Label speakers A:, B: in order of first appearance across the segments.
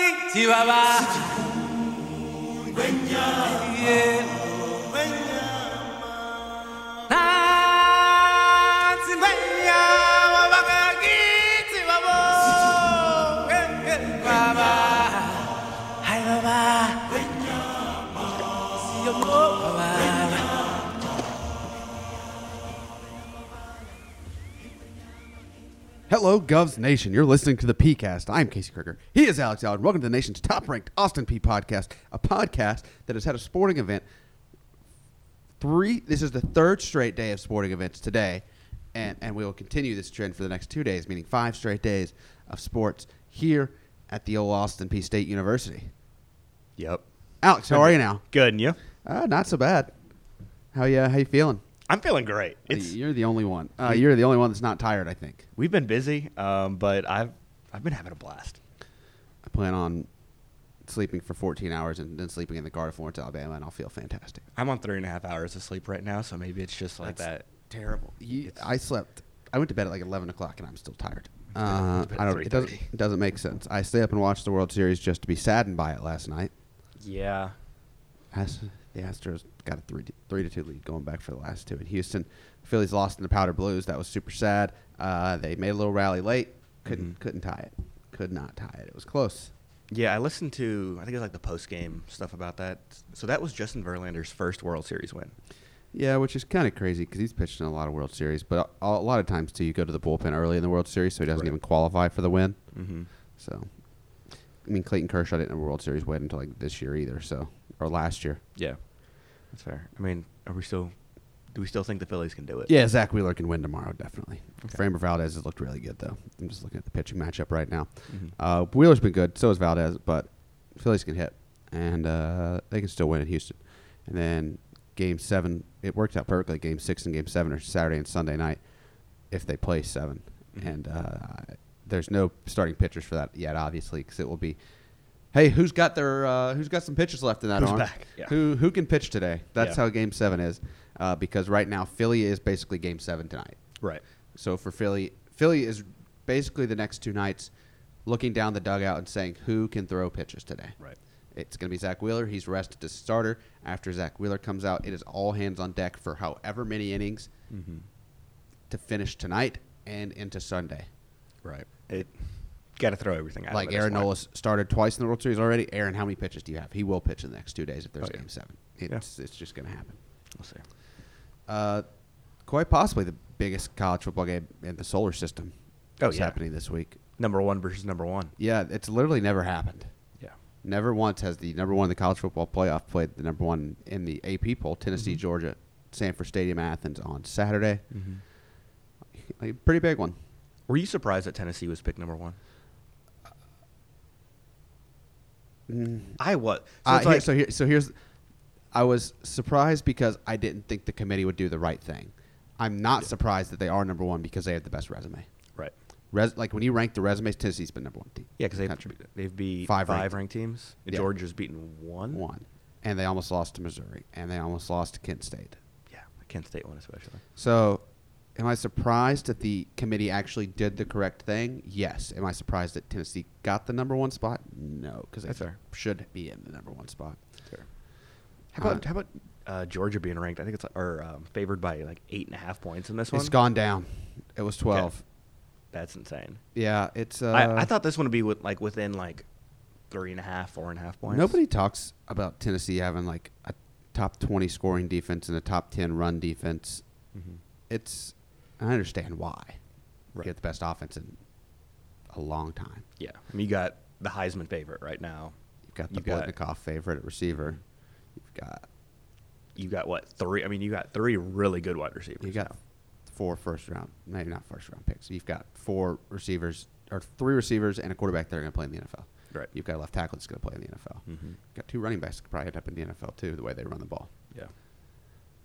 A: Chihuahua. Yeah. Nansi ngwenya wabakakithi babo. Eh, eh, baba. Hayi baba. Siyomo baba.
B: Hello, Govs Nation. You're listening to the PCast. I'm Casey Kirker. He is Alex Allen. Welcome to the nation's top ranked Austin P podcast, a podcast that has had a sporting event. Three. This is the third straight day of sporting events today, and, and we will continue this trend for the next two days, meaning five straight days of sports here at the old Austin P State University.
C: Yep.
B: Alex, how are you now?
C: Good, and you?
B: Uh, not so bad. How you How you feeling?
C: I'm feeling great. It's
B: you're the only one. Uh, you're the only one that's not tired. I think.
C: we've been busy, um, but I've I've been having a blast.
B: I plan on sleeping for 14 hours and then sleeping in the car to Florence, Alabama, and I'll feel fantastic.
C: I'm on three and a half hours of sleep right now, so maybe it's just like
B: That's
C: that. Terrible.
B: You, I slept. I went to bed at like 11 o'clock, and I'm still tired. Uh,
C: to bed
B: I
C: at
B: don't. It doesn't,
C: 3:30.
B: it doesn't make sense. I stay up and watch the World Series just to be saddened by it last night.
C: Yeah.
B: As the Astros got a three to, three to two lead going back for the last two in Houston. Phillies lost in the Powder Blues. That was super sad. Uh, they made a little rally late. Couldn't couldn't tie it. Could not tie it. It was close.
C: Yeah, I listened to I think it was like the post game stuff about that. So that was Justin Verlander's first World Series win.
B: Yeah, which is kind of crazy because he's pitched in a lot of World Series, but a, a lot of times too, you go to the bullpen early in the World Series, so he doesn't
C: Right.
B: even qualify for the win.
C: Mm-hmm.
B: So, I mean, Clayton Kershaw didn't have a World Series win until like this year either, so or last year.
C: Yeah, that's fair. I mean, are we still? Do we still think the Phillies can do it?
B: Yeah, Zach Wheeler can win tomorrow, definitely.
C: Okay.
B: Framber Valdez has looked really good though. I'm just looking at the pitching matchup right now.
C: Mhm.
B: Uh, Wheeler's been good, so has Valdez, but Phillies can hit, and uh, they can still win in Houston. And then Game Seven, it worked out perfectly. Game Six and Game Seven are Saturday and Sunday night, if they play 7
C: Mhm.
B: And uh, there's no starting pitchers for that yet, obviously, because it will be. Hey, who's got their uh, who's got some pitches left in that
C: Who's
B: arm?
C: back? Yeah.
B: Who who can pitch today? That's
C: Yeah.
B: how Game Seven is, uh, because right now Philly is basically Game Seven tonight.
C: Right.
B: So for Philly, Philly is basically the next two nights looking down the dugout and saying who can throw pitches today.
C: Right.
B: It's going to be Zach Wheeler. He's rested as starter. After Zach Wheeler comes out, it is all hands on deck for however many innings
C: Mm-hmm.
B: to finish tonight and into Sunday.
C: Right. It. Got to throw everything out.
B: like
C: of it at
B: Aaron
C: this point.
B: Nola started twice in the World Series already. Aaron, how many pitches do you have? He will pitch in the next two days if there's
C: Oh, yeah.
B: game seven. It's it's just going to happen.
C: We'll see.
B: Uh, quite possibly the biggest college football game in the solar system.
C: Oh,
B: is
C: yeah.
B: happening this week.
C: Number one versus number one.
B: Yeah, it's literally never happened.
C: Yeah.
B: Never once has the number one in the college football playoff played the number one in the AP poll, Tennessee,
C: Mm-hmm.
B: Georgia, Sanford Stadium, Athens on Saturday.
C: Mm-hmm.
B: A pretty big one.
C: Were you surprised that Tennessee was picked number one? I was. So,
B: Uh,
C: it's
B: here-
C: like-
B: so here, so here's, I was surprised because I didn't think the committee would do the right thing. I'm not surprised that they are number one because they have the best resume.
C: right.
B: Res, like when you rank the resumes, Tennessee's been number one team.
C: Yeah, because
B: in the
C: they've
B: country.
C: they've beat
B: Five ranked.
C: five, ranked. teams.
B: Yeah.
C: Georgia's beaten one.
B: one, and they almost lost to Missouri, and they almost lost to Kent State.
C: Yeah, the Kent State one especially.
B: So, am I surprised that the committee actually did the correct thing? Yes. Am I surprised that Tennessee got the number one spot? No, because they
C: That's fair.
B: should be in the number one spot.
C: How about
B: Uh,
C: how about uh, Georgia being ranked? I think it's like, or um, favored by like eight and a half points in this one.
B: It's gone down. It was twelve.
C: That's insane.
B: Yeah, it's. Uh,
C: I, I thought this one would be with like within like three and a half, four and a half points.
B: nobody talks about Tennessee having like a top twenty scoring defense and a top ten run defense.
C: Mhm.
B: It's. I understand why.
C: Right.
B: You have the best offense in a long time.
C: Yeah, I mean, you got the Heisman favorite right now.
B: You've got the
C: You got-
B: Bolitnikoff favorite at receiver. You've got
C: You got what three? I mean, you got three really good wide receivers.
B: You got
C: now.
B: four first round, maybe not first round picks. You've got four receivers or three receivers and a quarterback that are going to play in the NFL.
C: Right.
B: You've got a left tackle that's going to play in the NFL.
C: Mhm.
B: You've got two running backs that could probably end up in the NFL too, the way they run the ball.
C: yeah.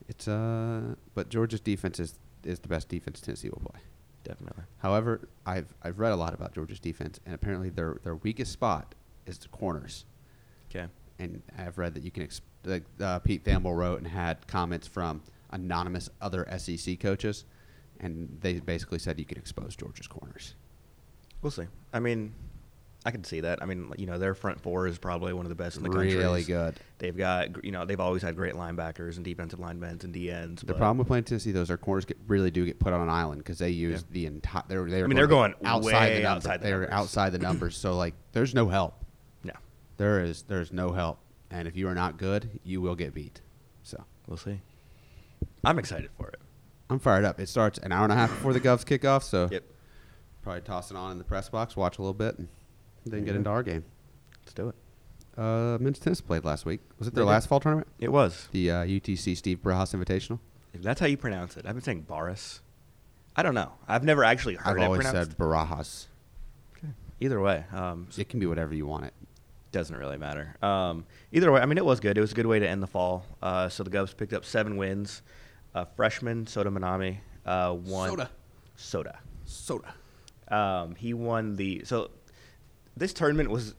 B: It's uh, but Georgia's defense is is the best defense Tennessee will play.
C: Definitely.
B: However, I've I've read a lot about Georgia's defense, and apparently their their weakest spot is the corners.
C: Okay.
B: and I've read that you can. Exp- like uh, Pete Thamel wrote and had comments from anonymous other SEC coaches, and they basically said you could expose Georgia's corners.
C: We'll see. I mean, I can see that. I mean, you know, their front four is probably one of the best in the country.
B: Really good.
C: They've got, you know, they've always had great linebackers and defensive linemen and DNs.
B: The
C: but-
B: problem with playing Tennessee, though, is their corners get, really do get put on an island because they use
C: Yeah.
B: the entire. They're, they're
C: I mean, they're going
B: outside
C: way
B: the number.
C: outside the
B: they're
C: numbers.
B: outside the numbers, so like, there's no help.
C: No,
B: There is there's no help, and if you are not good, you will get beat. So
C: we'll see. I'm excited for it.
B: I'm fired up. It starts an hour and a half before the Govs kick off, so
C: Yep,
B: probably toss it on in the press box, watch a little bit, and then get into our game.
C: let's do it.
B: Uh, men's tennis played last week. Was it their
C: They did.
B: last fall tournament?
C: It was.
B: The uh, UTC Steve Brahaus Invitational.
C: If that's how you pronounce it. I've been saying Boris. I don't know. I've never actually heard
B: I've
C: it
B: always
C: pronounced.
B: said Barajas.
C: Okay. Either way, um, so
B: It can be whatever you want it.
C: doesn't really matter. Um, either way, I mean, it was good. It was a good way to end the fall. Uh, so the Govs picked up seven wins. Uh, freshman Soda Manami uh, won.
B: Soda.
C: Soda.
B: Soda.
C: Um, he won the. So this tournament was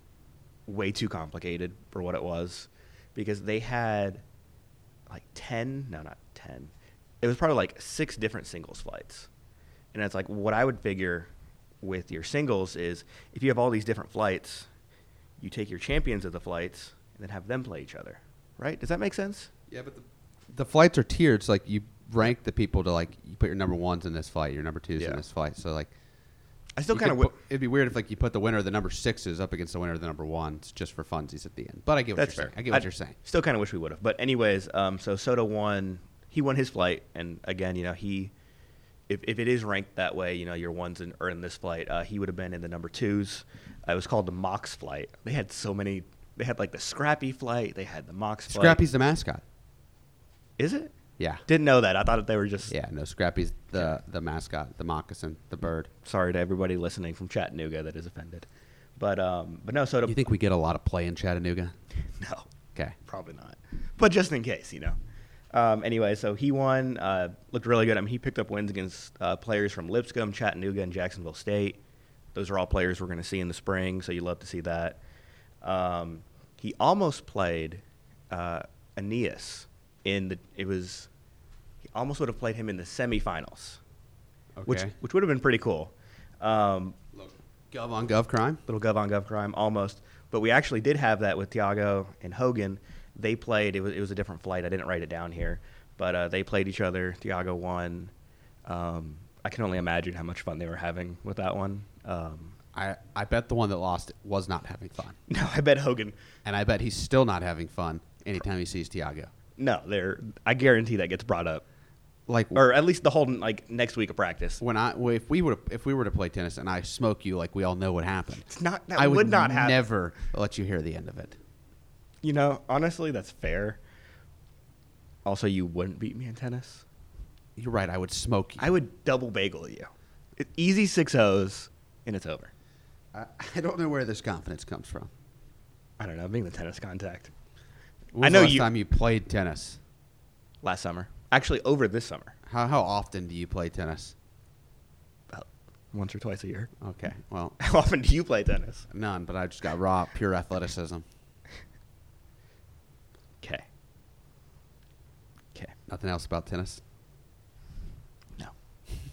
C: way too complicated for what it was because they had like 10, no, not 10. It was probably like six different singles flights. And it's like what I would figure with your singles is if you have all these different flights, you take your champions of the flights and then have them play each other. Right? Does that make sense?
B: Yeah, but the, the flights are tiered. So like you rank the people to like you put your number ones in this flight, your number twos in
C: Yeah.
B: this flight. So like
C: I still
B: you
C: kind of.
B: could put- it'd be weird if like you put the winner of the number sixes up against the winner of the number ones just for funsies at the end. But I get what
C: That's
B: you're
C: fair.
B: saying. I get what you're saying.
C: Still kind of wish we would have. But anyways, um, so Soto won. He won his flight, and again, you know, he if, if it is ranked that way, you know, your ones in, are in this flight. Uh, he would have been in the number twos. Uh, it was called the Mox flight. They had so many. They had like the Scrappy flight. They had the Mox flight.
B: Scrappy's the mascot.
C: is it?
B: Yeah.
C: Didn't know that. I thought that they were just.
B: Yeah, no, Scrappy's the the mascot, the moccasin, the bird.
C: Sorry to everybody listening from Chattanooga that is offended, but um, but no, Soto.
B: You think we get a lot of play in Chattanooga?
C: no.
B: Okay.
C: Probably not. But just in case, you know. Um, anyway, so he won. Uh, looked really good. I mean, he picked up wins against uh, players from Lipscomb, Chattanooga, and Jacksonville State. Those are all players we're going to see in the spring, so you love to see that. Um, he almost played uh, Aeneas in the. It was. He almost would have played him in the semifinals, which
B: Okay.
C: which would have been pretty cool. Um,
B: Gov on Gov crime.
C: little gov on gov crime almost but we actually did have that with Tiago and Hogan they played it was, it was a different flight I didn't write it down here but uh, they played each other Tiago won um, I can only imagine how much fun they were having with that one um,
B: I I bet the one that lost it was not having fun,
C: no I bet Hogan
B: and I bet he's still not having fun anytime he sees Tiago.
C: no they're I guarantee that gets brought up
B: Like
C: or at least the whole like next week of practice
B: when I if we would if we were to play tennis and I smoke you, like we all know what happened.
C: it's not that
B: I
C: would, not happen
B: never let you hear the end of it.
C: you know honestly that's fair also you wouldn't beat me in tennis
B: You're right. I would smoke you.
C: I would double bagel you. It- Easy six O's, and it's over.
B: I, I don't know where this confidence comes from.
C: I don't know. Being the tennis contact
B: When was
C: I know
B: the last
C: you-
B: time you played tennis.
C: last summer, actually over this summer,
B: How how often do you play tennis?
C: about once or twice a year.
B: Okay, well,
C: How often do you play tennis?
B: none. But I just got raw, pure athleticism.
C: Okay. Okay.
B: Nothing else about tennis.
C: No.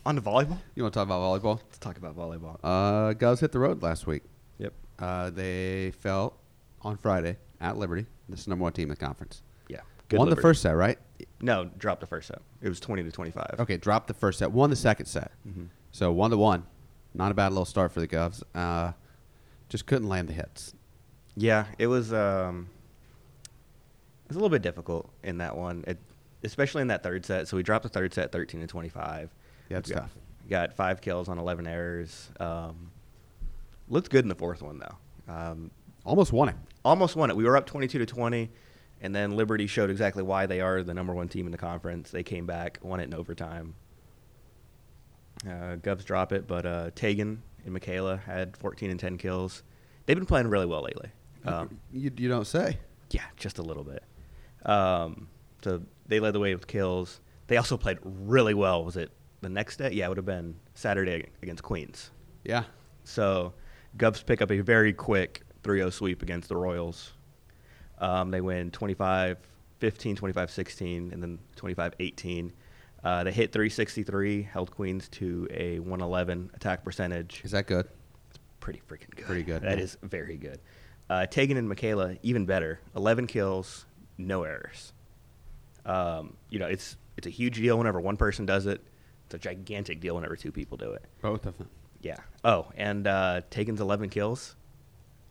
C: On to volleyball.
B: You want to talk about volleyball?
C: Let's talk about volleyball.
B: Uh, Govs hit the road last week.
C: yep.
B: Uh, they fell on Friday at Liberty. This is the number one team in the conference.
C: Yeah.
B: Won
C: Liberty.
B: the first set, right?
C: No, dropped the first set. It was twenty to twenty-five.
B: Okay, dropped the first set. Won the second set. So one to one. Not a bad little start for the Govs. Uh, just couldn't land the hits.
C: Yeah, it was. Um, it was a little bit difficult in that one, it, especially in that third set. So we dropped the third set, thirteen to twenty-five.
B: Yeah, it's
C: We got-
B: tough.
C: Got five kills on eleven errors. Um, looked good in the fourth one though. Um,
B: Almost won it.
C: almost won it. We were up twenty-two to twenty, and then Liberty showed exactly why they are the number one team in the conference. They came back, won it in overtime. Uh, Govs drop it, but uh, Tegan and Michaela had fourteen and ten kills. They've been playing really well lately.
B: Uh,
C: Um,
B: you, you don't say.
C: yeah, just a little bit. Um, so they led the way with kills. They also played really well. Was it the next day? Yeah, it would have been Saturday against Queens.
B: Yeah.
C: So Govs pick up a very quick 3 0 sweep against the Royals. Um, they win 25 15, 25 16, and then 25 18. Uh, they hit 363, held Queens to a 111 attack percentage.
B: Is that good?
C: pretty freaking good.
B: Pretty good,
C: That
B: yeah.
C: is very good. Uh, Tegan and Michaela, even better. 11 kills, no errors. Um, you know, it's it's a huge deal whenever one person does it. It's a gigantic deal whenever two people do it.
B: Both of them.
C: Yeah. Oh, and uh, Tegan's 11 kills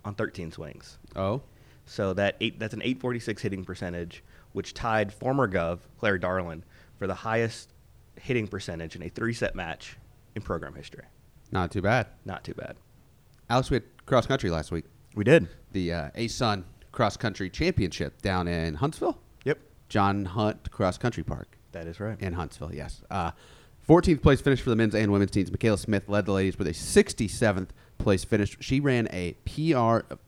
C: on 13 swings.
B: Oh.
C: So that eight, that's an 846 hitting percentage, which tied former Gov Claire Darlin for the highest hitting percentage in a three-set match in program history.
B: Not too bad.
C: Not too bad.
B: Alex, we had cross country last week.
C: We did.
B: The uh, A Sun Cross Country Championship down in Huntsville.
C: Yep.
B: John Hunt Cross Country Park.
C: That is right.
B: in Huntsville. Yes. Uh, 14th place finish for the men's and women's teams. Michaela Smith led the ladies with a 67th place finish. She ran a PR of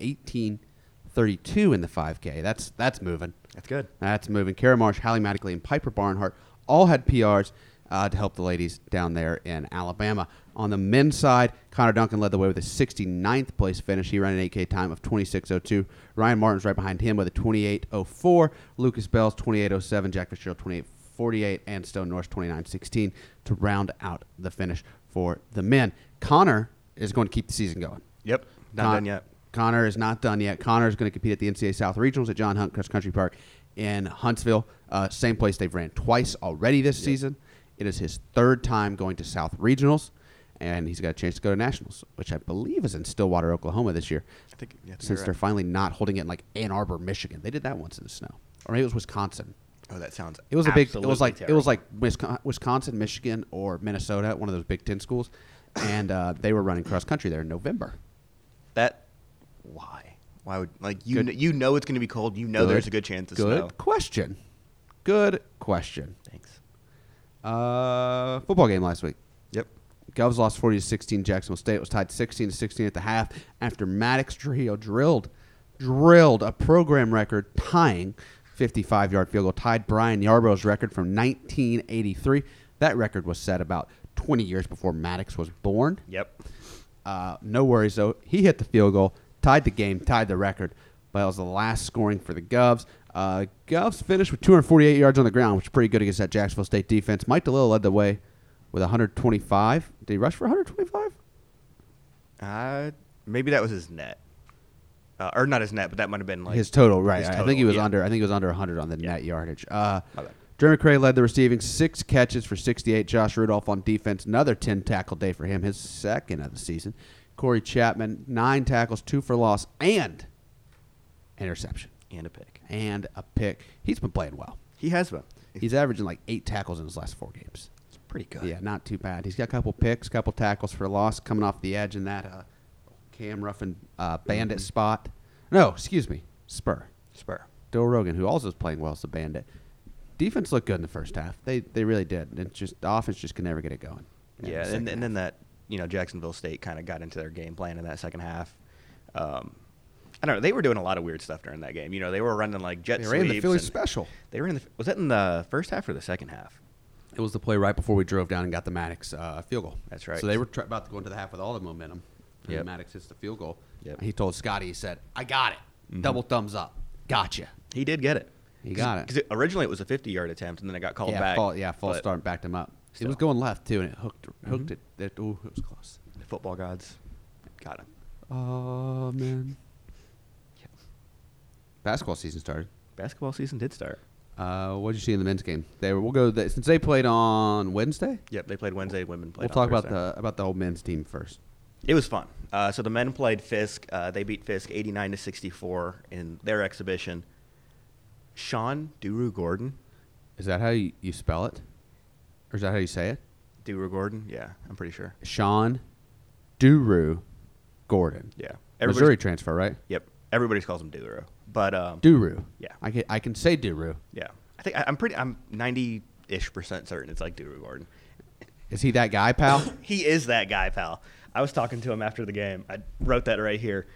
B: 18:32 in the 5K. That's that's moving.
C: That's good.
B: That's moving. Kara Marsh, Hallie Mattingly, and Piper Barnhart all had PRs uh, to help the ladies down there in Alabama. On the men's side, Connor Duncan led the way with a 69th place finish. He ran an 8K time of 26.02. Ryan Martin's right behind him with a 28.04. Lucas Bell's 28.07. Jack Fitzgerald 28.48. And Stone Norris 29.16 to round out the finish for the men. Connor is going to keep the season going.
C: Yep. Not
B: Con-
C: done yet.
B: Connor is not done yet. Connor is going to compete at the NCAA South Regionals at John Hunt Cross Country Park in Huntsville, uh, same place they've ran twice already this season. It is his third time going to South Regionals, and he's got a chance to go to Nationals, which I believe is in Stillwater, Oklahoma this year.
C: I think- yeah, I think
B: since
C: you're
B: they're
C: right.
B: finally not holding it in like Ann Arbor, Michigan, they did that once in the snow, or maybe it was Wisconsin.
C: Oh, that sounds.
B: It was a big. It
C: absolutely
B: was like it
C: terrible.
B: was like Wisco- Wisconsin, Michigan, or Minnesota, one of those Big Ten schools, and uh, they were running cross country there in November.
C: that. Why? Why would like you?
B: Good.
C: Kn- you know it's going to be cold. You know there's a good chance of
B: Good
C: snow.
B: question. Good question.
C: Thanks.
B: Uh, football game last week.
C: Yep.
B: Govs lost 40 to 16. Jacksonville State was tied 16 to 16 at the half after Maddox Trujillo drilled, drilled a program record tying 55 yard field goal, tied Brian Yarbrough's record from 1983. That record was set about 20 years before Maddox was born.
C: Yep.
B: Uh, no worries though. He hit the field goal, tied the game, tied the record, but it was the last scoring for the Govs. Uh, Govs finished with 248 yards on the ground, which is pretty good against that Jacksonville State defense. Mike DeLillo led the way with 125. Did he rush for 125?
C: Uh, maybe that was his net, uh, or not his net, but that might have been like
B: his total, right?
C: his
B: I think he
C: total,
B: was
C: yeah.
B: under. I think he was under 100 on the net yardage. Uh,
C: My bad.
B: Jeremy Cray led the receiving, six catches for 68. Josh Rudolph on defense, another 10 tackle day for him, his second of the season. Corey Chapman, nine tackles, two for loss, and interception
C: and a pick.
B: and a pick. He's been playing well.
C: He has one.
B: He's averaging like eight tackles in his last four games.
C: pretty good.
B: Yeah, not too bad. He's got a couple picks, couple tackles for loss coming off the edge in that uh, Cam Ruffin uh, bandit
C: Mm-hmm.
B: spot. No, excuse me, spur.
C: Spur.
B: Dil Rogan, who also is playing well as the bandit. Defense looked good in the first half. They they really did. It's just the offense just could never get it going. in the
C: Yeah,
B: second
C: and, and then
B: half.
C: that you know Jacksonville State kind of got into their game plan in that second half. Um, I don't know. They were doing a lot of weird stuff during that game. You know, they were running like jet
B: They ran the
C: sweeps
B: Philly
C: and-
B: special.
C: They were in the. Was that in the first half or the second half?
B: it was the play right before we drove down and got the Maddox uh, field goal.
C: That's right.
B: So they were tra- about to go into the half with all the momentum. And
C: Yep.
B: Maddox hits the field goal.
C: Yep. Mm-hmm.
B: He told Scotty, he said, "I got it. Double thumbs up. Gotcha."
C: He did get it.
B: He got it.
C: Because originally it was a 50 yard attempt, and then it got called
B: yeah,
C: back.
B: fall, yeah, false
C: but
B: start backed him up. It was
C: Still. Mm-hmm.
B: going left too, and it hooked, hooked it. That ooh, it was close.
C: The football gods got him.
B: Oh man. Basketball season started.
C: Basketball season did start.
B: Uh, what did you see in the men's game? They were, we'll go th- since they played on Wednesday.
C: Yep, they played Wednesday. Women played.
B: we'll talk
C: on
B: about
C: Thursday.
B: the about the whole men's team first.
C: It was fun. Uh, so the men played Fisk. Uh, they beat Fisk 89 to 64 in their exhibition. Sean Duru Gordon,
B: Is that how you, you spell it, or is that how you say it?
C: Duru Gordon, yeah, I'm pretty sure.
B: Sean Duru Gordon.
C: Yeah,
B: Missouri transfer, right?
C: Yep, everybody calls him Duru, but um,
B: Duru.
C: Yeah.
B: I can I can say Duru.
C: yeah, I think I, I'm pretty. I'm 90 ish percent certain it's like Duru Gordon.
B: Is he that guy, pal?
C: He is that guy, pal. I was talking to him after the game. I wrote that right here.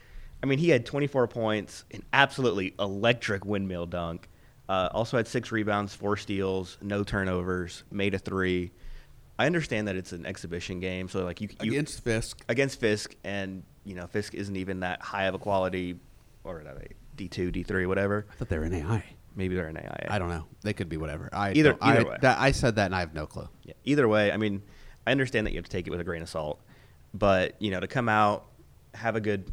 C: I mean, he had 24 points, an absolutely electric windmill dunk. Uh, also had six rebounds, four steals, no turnovers, made a three. I understand that it's an exhibition game, so like you, you
B: Fisk.
C: against Fisk, and you know Fisk isn't even that high of a quality, or D two, D three, whatever.
B: I thought they were an AI.
C: Maybe they're an AIA.
B: I don't know. They could be whatever. I
C: Either-
B: don't- I,
C: either way.
B: that- I said that and I have no clue.
C: Yeah. Either way, I mean, I understand that you have to take it with a grain of salt, but you know, to come out have a good,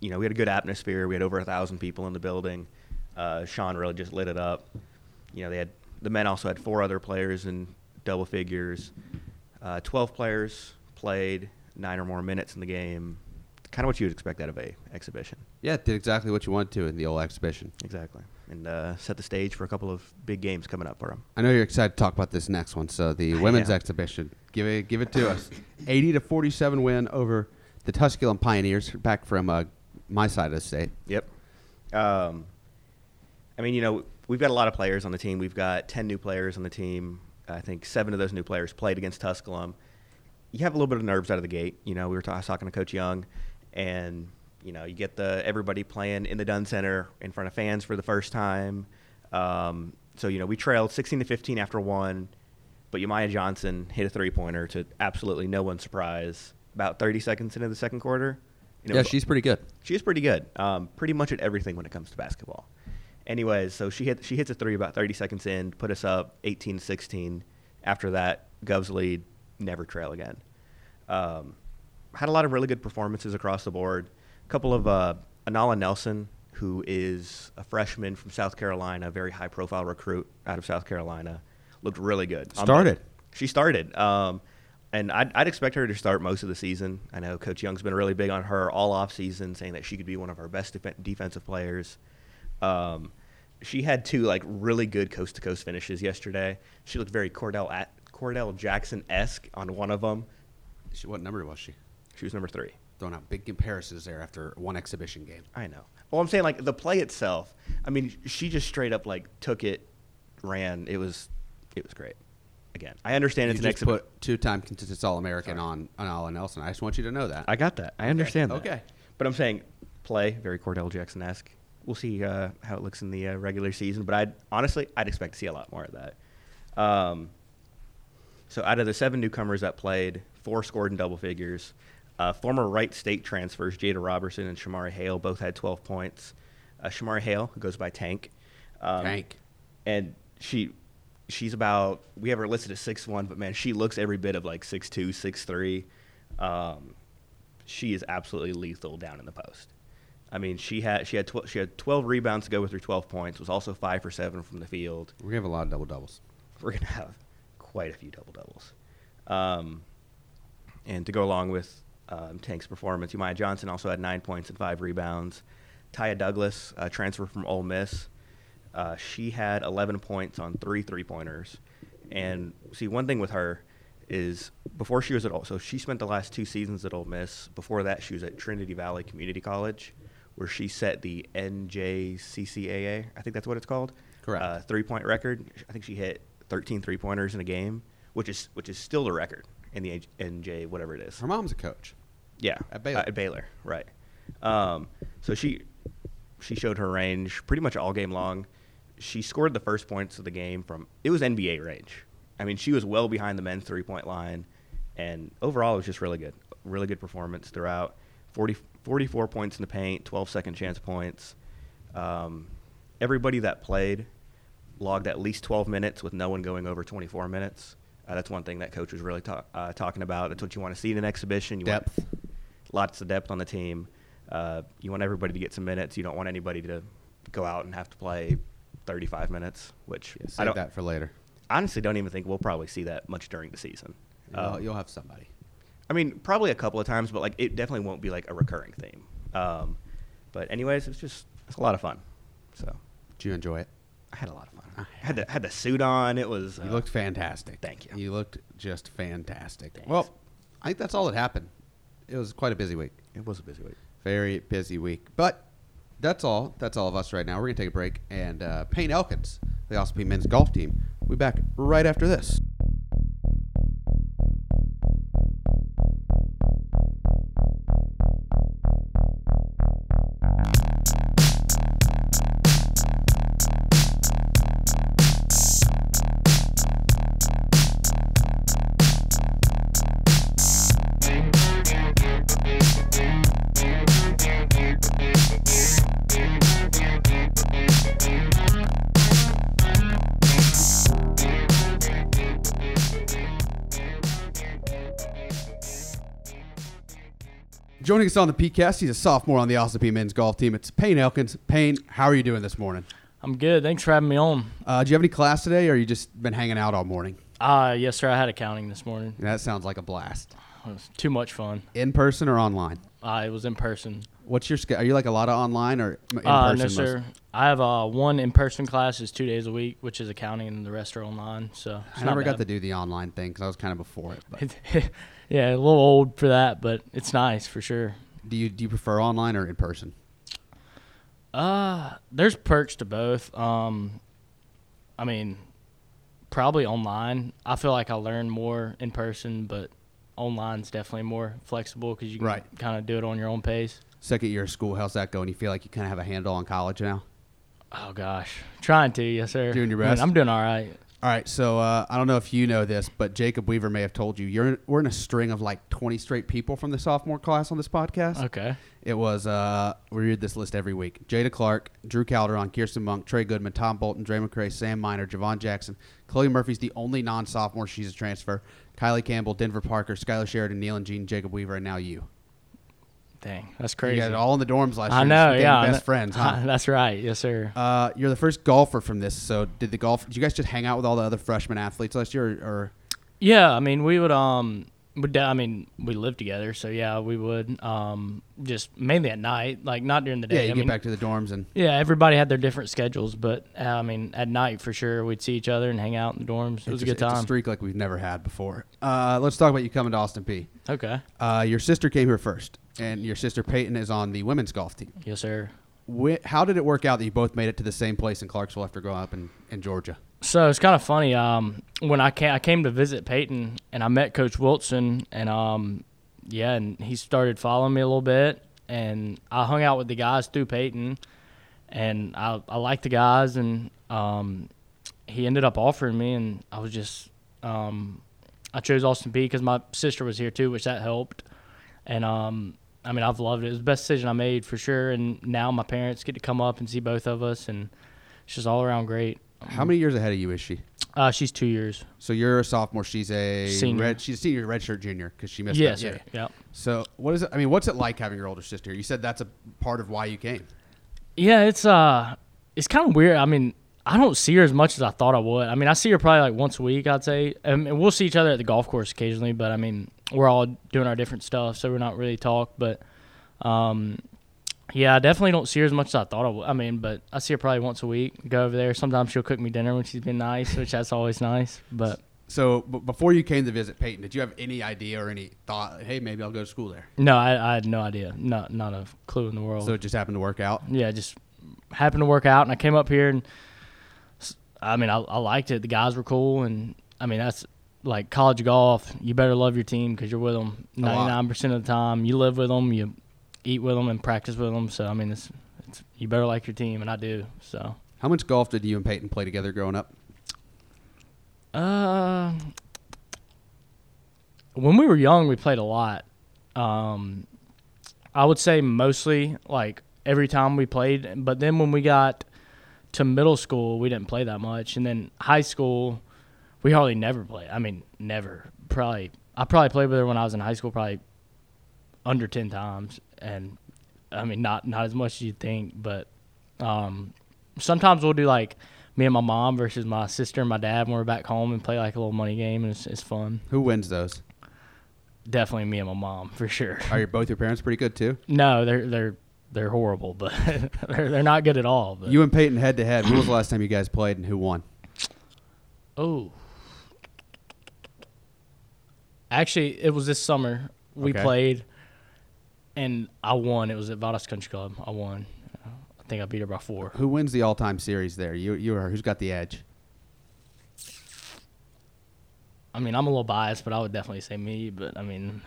C: you know, we had a good atmosphere. We had over a thousand people in the building. Uh, Sean really just lit it up. You know, they had the men also had four other players in double figures. Uh, Twelve players played nine or more minutes in the game. Kind of what you would expect out of a exhibition.
B: Yeah, it did exactly what you wanted to in the old exhibition.
C: Exactly, and uh, set the stage for a couple of big games coming up for them.
B: I know you're excited to talk about this next one. So the women's
C: am.
B: exhibition, give it, give it to us. 80 to 47 win over the Tusculum Pioneers, back from uh, my side of the state.
C: Yep. Um, I mean, you know, we've got a lot of players on the team. We've got 10 new players on the team. I think seven of those new players played against Tusculum. You have a little bit of nerves out of the gate. You know, we were ta- I was talking to Coach Young, and, you know, you get the everybody playing in the Dunn Center in front of fans for the first time. Um, so, you know, we trailed 16 to 15 after one, but Yamaya Johnson hit a three pointer to absolutely no one's surprise about 30 seconds into the second quarter. and it
B: yeah,
C: was-
B: she's pretty good.
C: She's pretty good, um, pretty much at everything when it comes to basketball. Anyways, so she hit she hits a three about 30 seconds in, put us up 18-16. After that, Gov's lead, never trail again. Um, had a lot of really good performances across the board. A couple of uh, Anala Nelson, who is a freshman from South Carolina, a very high profile recruit out of South Carolina, looked really good. on the-
B: Started.
C: she started. Um, and I'd, I'd expect her to start most of the season. I know Coach Young's been really big on her all off season, saying that she could be one of our best defen defensive players. Um, she had two like really good coast to coast finishes yesterday. She looked very Cordell at Cordell Jackson esque on one of them.
B: She, what number was she?
C: She was number three.
B: Throwing out big comparisons there after one exhibition game.
C: I know. Well, I'm saying like the play itself. I mean, she just straight up like took it, ran. It was, it was great. Again, I understand
B: You
C: it's an
B: just
C: exhibition.
B: put two-time consistent All-American on on Alan Nelson. I just want you to know that.
C: I got that. I understand that.
B: Okay.
C: But I'm saying play, very Cordell Jackson esque. We'll see uh, how it looks in the uh, regular season, but I'd honestly, I'd expect to see a lot more of that. Um, so out of the seven newcomers that played, four scored in double figures. Uh, former Wright State transfers Jada Robertson and Shamari Hale both had 12 points. Uh, Shamari Hale, who goes by Tank. Um,
B: Tank.
C: And she, she's about, we have her listed at six one, but man, she looks every bit of like six two, six three. Um, she is absolutely lethal down in the post. I mean, she had she had tw- she had 12 rebounds to go with her 12 points. Was also five for seven from the field
B: we have a lot of double doubles.
C: we're going to have quite a few double doubles. Um, and to go along with um, Tank's performance, Umaya Johnson also had nine points and five rebounds. Taya Douglas, a transfer from Ole Miss, uh, she had 11 points on three three pointers. And see, one thing with her is before she was at Ole, so she spent the last two seasons at Ole Miss. Before that, she was at Trinity Valley Community College, where she set the NJCCAA, I think that's what it's called.
B: Correct.
C: Uh, three point record. I think she hit 13 three pointers in a game, which is which is still the record in the H- NJ whatever it is.
B: Her mom's a coach.
C: Yeah,
B: At Baylor.
C: uh, at Baylor, right? Um, so she she showed her range pretty much all game long. She scored the first points of the game from it was NBA range. I mean, she was well behind the men's three point line, and overall it was just really good, really good performance throughout. 40, 44 points in the paint, 12 second chance points. Um, everybody that played logged at least 12 minutes with no one going over 24 minutes. Uh, that's one thing that coach was really ta- uh, talking about. That's what you want to see in an exhibition. You want-
B: Depth.
C: lots of depth on the team. Uh, you want everybody to get some minutes. You don't want anybody to go out and have to play 35 minutes, which
B: Yeah,
C: I
B: save
C: don't
B: that for later.
C: honestly don't even think we'll probably see that much during the season. Uh,
B: you'll, you'll have somebody.
C: I mean, probably a couple of times, but like it definitely won't be like a recurring theme. Um, but anyways, it's just it's a lot of fun. So
B: Do you enjoy it?
C: I had a lot of fun. I had the, had the suit on. It was uh,
B: You looked fantastic.
C: thank you.
B: You looked just fantastic.
C: Thanks.
B: Well, I think that's all that happened. It was quite a busy week.
C: it was a busy week.
B: Very busy week. But that's all. That's all of us right now. We're going to take a break. And uh, Payne Elkins, the Ospey men's golf team, we'll be back right after this. Joining us on the PCast, he's a sophomore on the Austin P men's golf team. It's Payne Elkins. Payne, how are you doing this morning?
D: I'm good. Thanks for having me on.
B: Uh, do you have any class today, or you just been hanging out all morning?
D: Uh, yes, sir. I had accounting this morning.
B: That sounds like a blast.
D: It was too much fun.
B: In person or online?
D: Uh, it was in person.
B: What's your schedule? Are you like a lot of online or in
D: uh,
B: person?
D: no,
B: most-
D: sir. I have uh, one in person class is two days a week, which is accounting, and the rest are online. So it's
B: I
D: not
B: never got to
D: bad.
B: do the online thing because I was kind of before it. But
D: yeah, a little old for that, but it's nice for sure.
B: do you do you prefer online or in person?
D: Uh, there's perks to both. Um, I mean, probably online. I feel like I learn more in person, but online's definitely more flexible because you can
B: Right.
D: kind of do it on your own pace.
B: Second year of school, how's that going? You feel like you kind of have a handle on college now?
D: Oh gosh, trying to, yes sir.
B: Doing your
D: Man,
B: best?
D: I'm doing all right.
B: All right, so uh, I don't know if you know this, but Jacob Weaver may have told you you're we're in a string of like 20 straight people from the sophomore class on this podcast.
D: Okay.
B: It was uh, we read this list every week: Jada Clark, Drew Calderon, Kirsten Monk, Trey Goodman, Tom Bolton, Dre McCray, Sam Miner, Javon Jackson, Chloe Murphy's the only non-sophomore. She's a transfer. Kylie Campbell, Denver Parker, Skylar Sheridan, Neil and Jean, Jacob Weaver, and now you.
D: Dang, that's
B: You
D: crazy.
B: got it all in the dorms last year.
D: I know.
B: Just
D: Yeah. I
B: became
D: kn-
B: best friends. Huh?
D: That's right. Yes sir.
B: Uh, you're the first golfer from this. So did the golf? Did you guys just hang out with all the other freshman athletes last year, or, or
D: Yeah, I mean, we would um, we de- I mean, we lived together, so yeah, we would um, just mainly at night, like not during the
B: yeah,
D: day.
B: you
D: I
B: get
D: mean,
B: back to the dorms and
D: Yeah, everybody had their different schedules, but uh, I mean, at night for sure, we'd see each other and hang out in the dorms. It was a
B: It's
D: good
B: It's
D: time.
B: a streak like we've never had before. Uh, let's talk about you coming to Austin P.
D: Okay.
B: Uh, your sister came here first, and your sister Peyton is on the women's golf team.
D: Yes, sir.
B: Wh- how did it work out that you both made it to the same place in Clarksville after growing up in, in Georgia?
D: So it's kind of funny. Um, when I came, I came to visit Peyton, and I met Coach Wilson, and um, yeah, and he started following me a little bit, and I hung out with the guys through Peyton, and I I liked the guys, and um, he ended up offering me, and I was just um, I chose Austin P because my sister was here too, which that helped, and um, I mean I've loved it. It was the best decision I made for sure, and now my parents get to come up and see both of us, and it's just all around great.
B: How many years ahead of you is she?
D: Uh, she's two years.
B: So you're a sophomore. She's a
D: Senior.
B: Red, she's a senior, redshirt junior, because she missed.
D: Yes,
B: that
D: sir.
B: year.
D: Yep.
B: So what is it? I mean, what's it like having your older sister? You said that's a part of why you came.
D: Yeah, it's uh, it's kind of weird. I mean, I don't see her as much as I thought I would. I mean, I see her probably like once a week. I'd say, um, and we'll see each other at the golf course occasionally. But I mean, we're all doing our different stuff, so we're not really talk. But um, yeah, I definitely don't see her as much as I thought I would. I mean, but I see her probably once a week. Go over there. Sometimes she'll cook me dinner when she's been nice, which that's always nice. But
B: So b- before you came to visit Peyton, did you have any idea or any thought? Hey, maybe I'll go to school there.
D: no, I, I had no idea. Not not a clue in the world.
B: So it just happened to work out.
D: yeah, just happened to work out, and I came up here, and s- I mean, I, I liked it. The guys were cool, and I mean, that's like college golf. You better love your team because you're with them
B: lot.
D: ninety nine percent of the time. You live with them, you eat with them, and practice with them. So I mean, it's, it's you better like your team, and I do. So
B: How much golf did you and Peyton play together growing up?
D: Uh, when we were young, we played a lot. Um, I would say mostly like every time we played, but then when we got to middle school, we didn't play that much, and then high school, we hardly never played. I mean, never. Probably I probably played with her when I was in high school, probably under ten times, and I mean not not as much as you'd think, but um, sometimes we'll do like me and my mom versus my sister and my dad when we're back home and play like a little money game and it's, it's fun.
B: Who wins those?
D: Definitely me and my mom for sure.
B: Are your both your parents pretty good too?
D: No, they're they're they're horrible, but they're they're not good at all. But
B: You and Peyton head to head. When was the last time you guys played and who won?
D: oh, actually, it was this summer we
B: Okay.
D: played, and I won. It was at Vadas Country Club. I won. I think I beat her by four.
B: Who wins the all time series there? You you or who's got the edge?
D: I mean, I'm a little biased, but I would definitely say me. But I mean,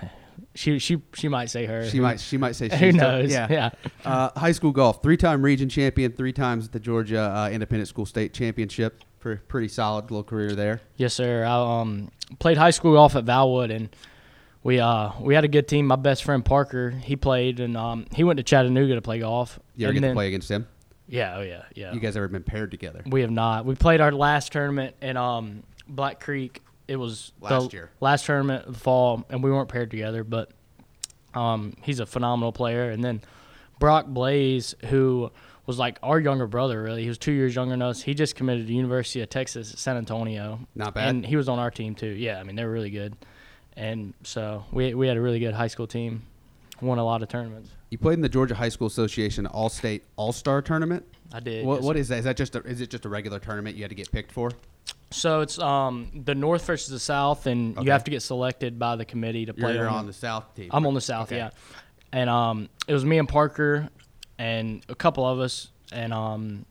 D: she she she might say her.
B: She might she might say she's
D: Who
B: the-
D: knows? Yeah.
B: Uh, high school golf, three time region champion, three times the Georgia uh, Independent School State Championship. Pre- pretty solid little career there.
D: Yes, sir. I um, played high school golf at Valwood, and we uh, we had a good team. My best friend Parker, he played, and um, he went to Chattanooga to play golf.
B: You ever
D: And
B: get to
D: then-
B: play against him?
D: Yeah, oh yeah, yeah.
B: You guys ever been paired together?
D: we have not. We played our last tournament in um, Black Creek. It was the
B: Last year.
D: Last tournament of the fall, and we weren't paired together, but Um, he's a phenomenal player. And then Brock Blaze, who was like our younger brother, really. He was two years younger than us. He just committed to University of Texas at San Antonio.
B: Not bad.
D: And he was on our team too. Yeah, I mean they were really good. And so we we had a really good high school team. Won a lot of tournaments.
B: You played in the Georgia High School Association All State All Star Tournament.
D: I did,
B: What,
D: yes,
B: what is that? Is that just a, is it just a regular tournament you had to get picked for?
D: So it's um the North versus the South, and
B: Okay.
D: you have to get selected by the committee to play.
B: You're
D: on
B: on the South team.
D: I'm on the South,
B: Okay.
D: yeah. And um, it was me and Parker, and a couple of us, and um,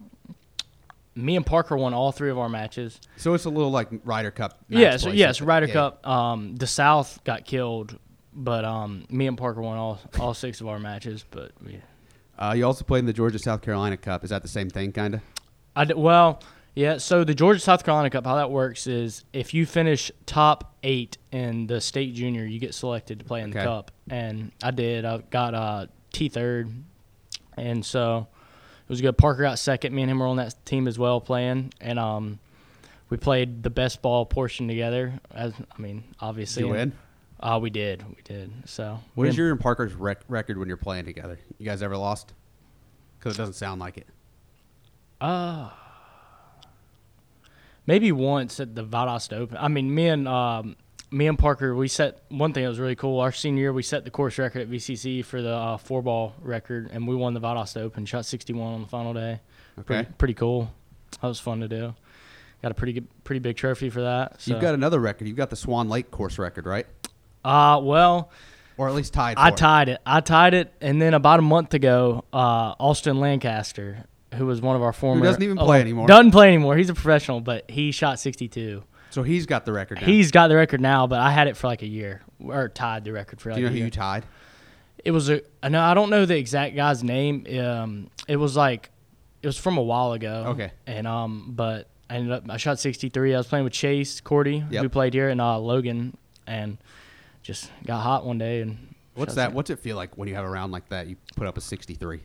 D: me and Parker won all three of our matches.
B: So it's a little like Ryder Cup. match
D: Yes,
B: play
D: yes,
B: something.
D: Ryder
B: Yeah.
D: Cup. Um, the South got killed, but um, me and Parker won all all six of our matches. But yeah,
B: Uh, you also played in the Georgia South Carolina Cup. Is that the same thing, kind of?
D: I did, well, yeah. So the Georgia South Carolina Cup, how that works is if you finish top eight in the state junior, you get selected to play in
B: Okay.
D: the cup, and I did. I got uh, T third, and so it was good. Parker got second. Me and him were on that team as well playing, and um, we played the best ball portion together. As I mean, obviously,
B: Did you win?
D: Uh, we did, we did. So
B: What
D: we
B: is
D: didn't-
B: your and Parker's rec- record when you're playing together? You guys ever lost? Because it doesn't sound like it.
D: Ah. Maybe once at the Valdosta Open. I mean, me and um, me and Parker, we set one thing that was really cool. Our senior year, we set the course record at VCC for the uh, four ball record, and we won the Valdosta Open. Shot 61 on the final day. Pretty,
B: Okay.
D: pretty cool. That was fun to do. Got a pretty good, pretty big trophy for that. So.
B: You've got another record. You've got the Swan Lake course record, right?
D: uh, well,
B: Or at least tied. For
D: I
B: it.
D: tied it. I tied it, and then about a month ago, uh, Austin Lancaster, who was one of our former
B: doesn't even play
D: Olymp-
B: anymore.
D: doesn't play anymore. He's a professional, but he shot 62.
B: So he's got the record. Now.
D: He's got the record now, but I had it for like a year or tied the record for like
B: Do you know
D: a
B: who
D: year.
B: you tied?
D: it was a no, I don't know the exact guy's name. Um, it was like it was from a while ago.
B: Okay.
D: and um, but I ended up I shot sixty three. I was playing with Chase Cordy,
B: Yep.
D: who played here, and uh, Logan, and just got hot one day and.
B: What's
D: shot
B: that?
D: some-
B: What's it feel like when you have a round like that? You put up a 63.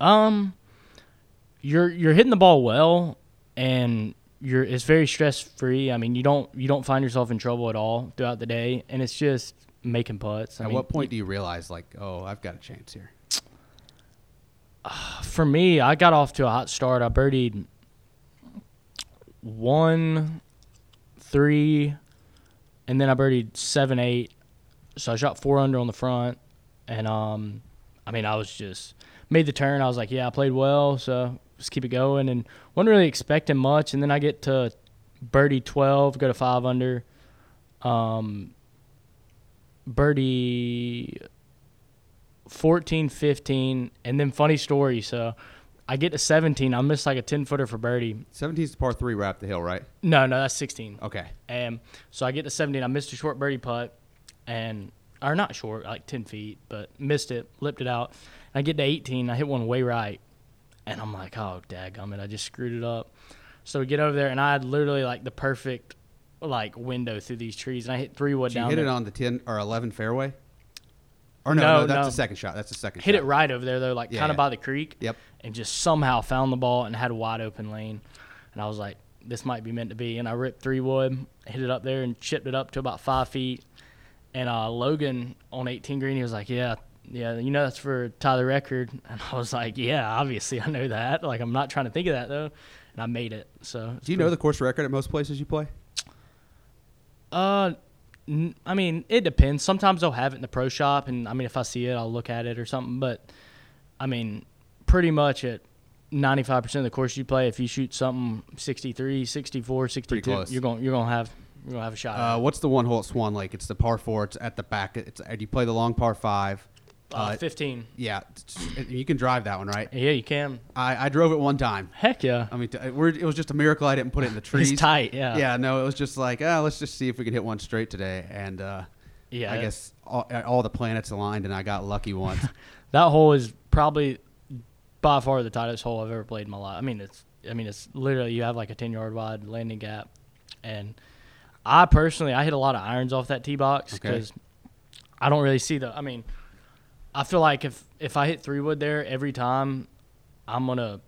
D: Um, you're you're hitting the ball well, and you're it's very stress free. I mean, you don't you don't find yourself in trouble at all throughout the day, and it's just making putts. I
B: At
D: mean,
B: what point do you realize, like, oh, I've got a chance here?
D: for me, I got off to a hot start. I birdied one, three, and then I birdied seven, eight. So I shot four under on the front, and um, I mean, I was just made the turn. I was like, yeah, I played well, so just keep it going, and wasn't really expecting much. And then I get to birdie twelve, go to five under, um, birdie 14, 15, and then funny story. So I get to 17. I miss like a 10 footer for birdie.
B: 17's the par three. We're up the hill, right?
D: No, no, that's 16.
B: Okay.
D: And so I get to 17. I missed a short birdie putt, and or not short, like 10 feet, but missed it, lipped it out. And I get to 18. I hit one way right, and I'm like, oh, dadgummit, I just screwed it up. So we get over there, and I had literally like the perfect like window through these trees, and I hit three wood
B: Did you
D: down.
B: hit
D: there.
B: it on the 10 or 11 fairway? Or no, no,
D: No,
B: that's
D: no.
B: the second shot. That's the second.
D: hit
B: shot.
D: it right over there though, like
B: Yeah,
D: kind of
B: yeah.
D: by the creek.
B: Yep.
D: And just somehow found the ball and had a wide open lane, and I was like, "This might be meant to be." And I ripped three wood, hit it up there, and chipped it up to about five feet. And uh, Logan on 18 green, he was like, "Yeah, yeah, you know that's for tie the record." And I was like, "Yeah, obviously I know that. Like I'm not trying to think of that though." And I made it. So it's
B: Do you know the course record at most places you play?
D: uh, n- I mean, it depends. Sometimes they'll have it in the pro shop, and I mean, if I see it, I'll look at it or something. But I mean, pretty much at 95% of the course you play, if you shoot something 63, 64, 62,
B: close.
D: you're going you're going to have you're going to have a shot.
B: Uh, what's the one hole at Swan Lake? It's the par four. It's at the back. It's uh, you play the long par five.
D: uh, 15.
B: Yeah, it's- you can drive that one, right?
D: Yeah, you can.
B: I, I drove it one time.
D: Heck yeah.
B: I mean, t- we're, it was just a miracle I didn't put it in the trees.
D: tight, yeah.
B: Yeah, no, it was just like, ah, let's just see if we can hit one straight today. And uh,
D: Yeah,
B: I
D: that-
B: guess all, all the planets aligned, and I got lucky once.
D: That hole is probably by far the tightest hole I've ever played in my life. I mean, it's I mean, it's literally you have like a 10-yard wide landing gap and I personally I hit a lot of irons off that tee box
B: Okay.
D: cuz I don't really see the I mean, I feel like if if I hit 3 wood there every time I'm going to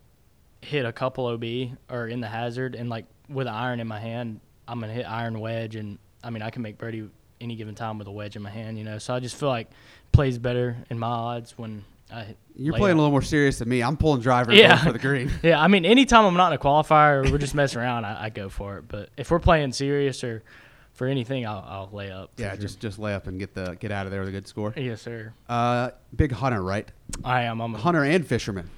D: hit a couple OB or in the hazard and like with an iron in my hand, I'm going to hit iron wedge and I mean, I can make birdie any given time with a wedge in my hand, you know. So I just feel like plays better in my odds when I hit
B: You're
D: layup.
B: playing a little more serious than me. I'm pulling driver and
D: Yeah.
B: going for the green.
D: Yeah, I mean, anytime I'm not in a qualifier or we're just messing around, I, I go for it. But if we're playing serious or for anything, I'll, I'll lay up. for
B: Yeah,
D: sure.
B: just just lay up and get the get out of there with a good score.
D: yes, sir.
B: Uh, big hunter, right?
D: I am. I'm a,
B: Hunter and fisherman.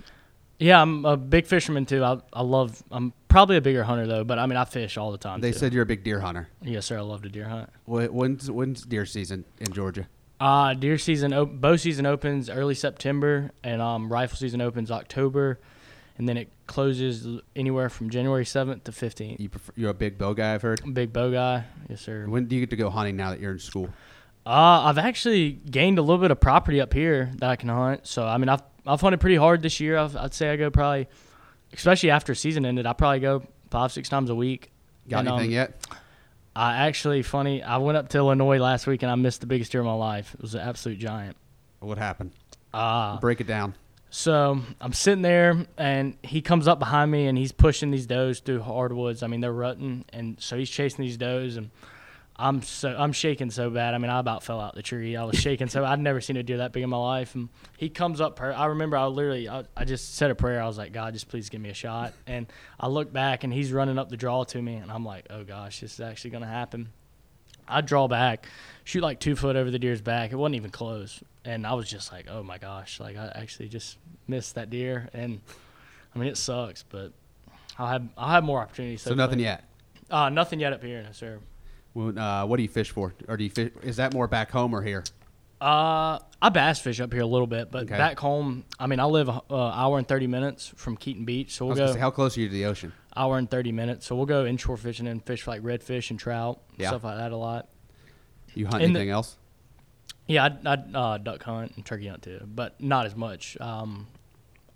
D: yeah, I'm a big fisherman too. I, I love. I'm probably a bigger hunter though, but I mean, I fish all the time.
B: They
D: too.
B: said you're a big deer hunter.
D: yes, sir. I love to deer hunt.
B: Wh- When's when's deer season in Georgia?
D: Uh, deer season, op- bow season opens early September, and um, rifle season opens October, and then it closes l- anywhere from January 7th to 15th.
B: You prefer, you're a big bow guy, I've heard.
D: Big bow guy, yes sir.
B: When do you get to go hunting now that you're in school?
D: Uh, I've actually gained a little bit of property up here that I can hunt. So I mean, I've I've hunted pretty hard this year. I've, I'd say I go probably, especially after season ended, I probably go five six times a week.
B: Got
D: And, um,
B: anything yet?
D: I actually funny. I went up to Illinois last week and I missed the biggest deer of my life. It was an absolute giant.
B: What happened?
D: Ah,
B: Break it down.
D: so I'm sitting there, and he comes up behind me, and he's pushing these does through hardwoods. I mean, they're rutting, and so he's chasing these does, and I'm so I'm shaking so bad. I mean, I about fell out the tree. I was shaking so I'd never seen a deer that big in my life. And he comes up. Per- I remember I literally I, I just said a prayer. I was like, God, just please give me a shot. And I look back, and he's running up the draw to me, and I'm like, Oh gosh, this is actually gonna happen. I draw back, shoot like two foot over the deer's back. It wasn't even close, and I was just like, "Oh my gosh!" Like I actually just missed that deer, and I mean it sucks, but I'll have I'll have more opportunities.
B: So nothing
D: hopefully.
B: yet.
D: Uh, nothing yet up here, no sir.
B: When, uh, what do you fish for? Or do you fish? Is that more back home or here?
D: Uh, I bass fish up here a little bit, but
B: Okay.
D: back home, I mean, I live an hour and thirty minutes from Keaton Beach,
B: I
D: so we'll
B: was gonna
D: go
B: say, how close are you to the ocean?
D: hour and thirty minutes. So we'll go inshore fishing and fish for, like redfish and trout,
B: Yeah.
D: stuff like that a lot.
B: You hunt
D: In the-
B: anything else?
D: Yeah, I, I uh, duck hunt and turkey hunt too, but not as much. Um,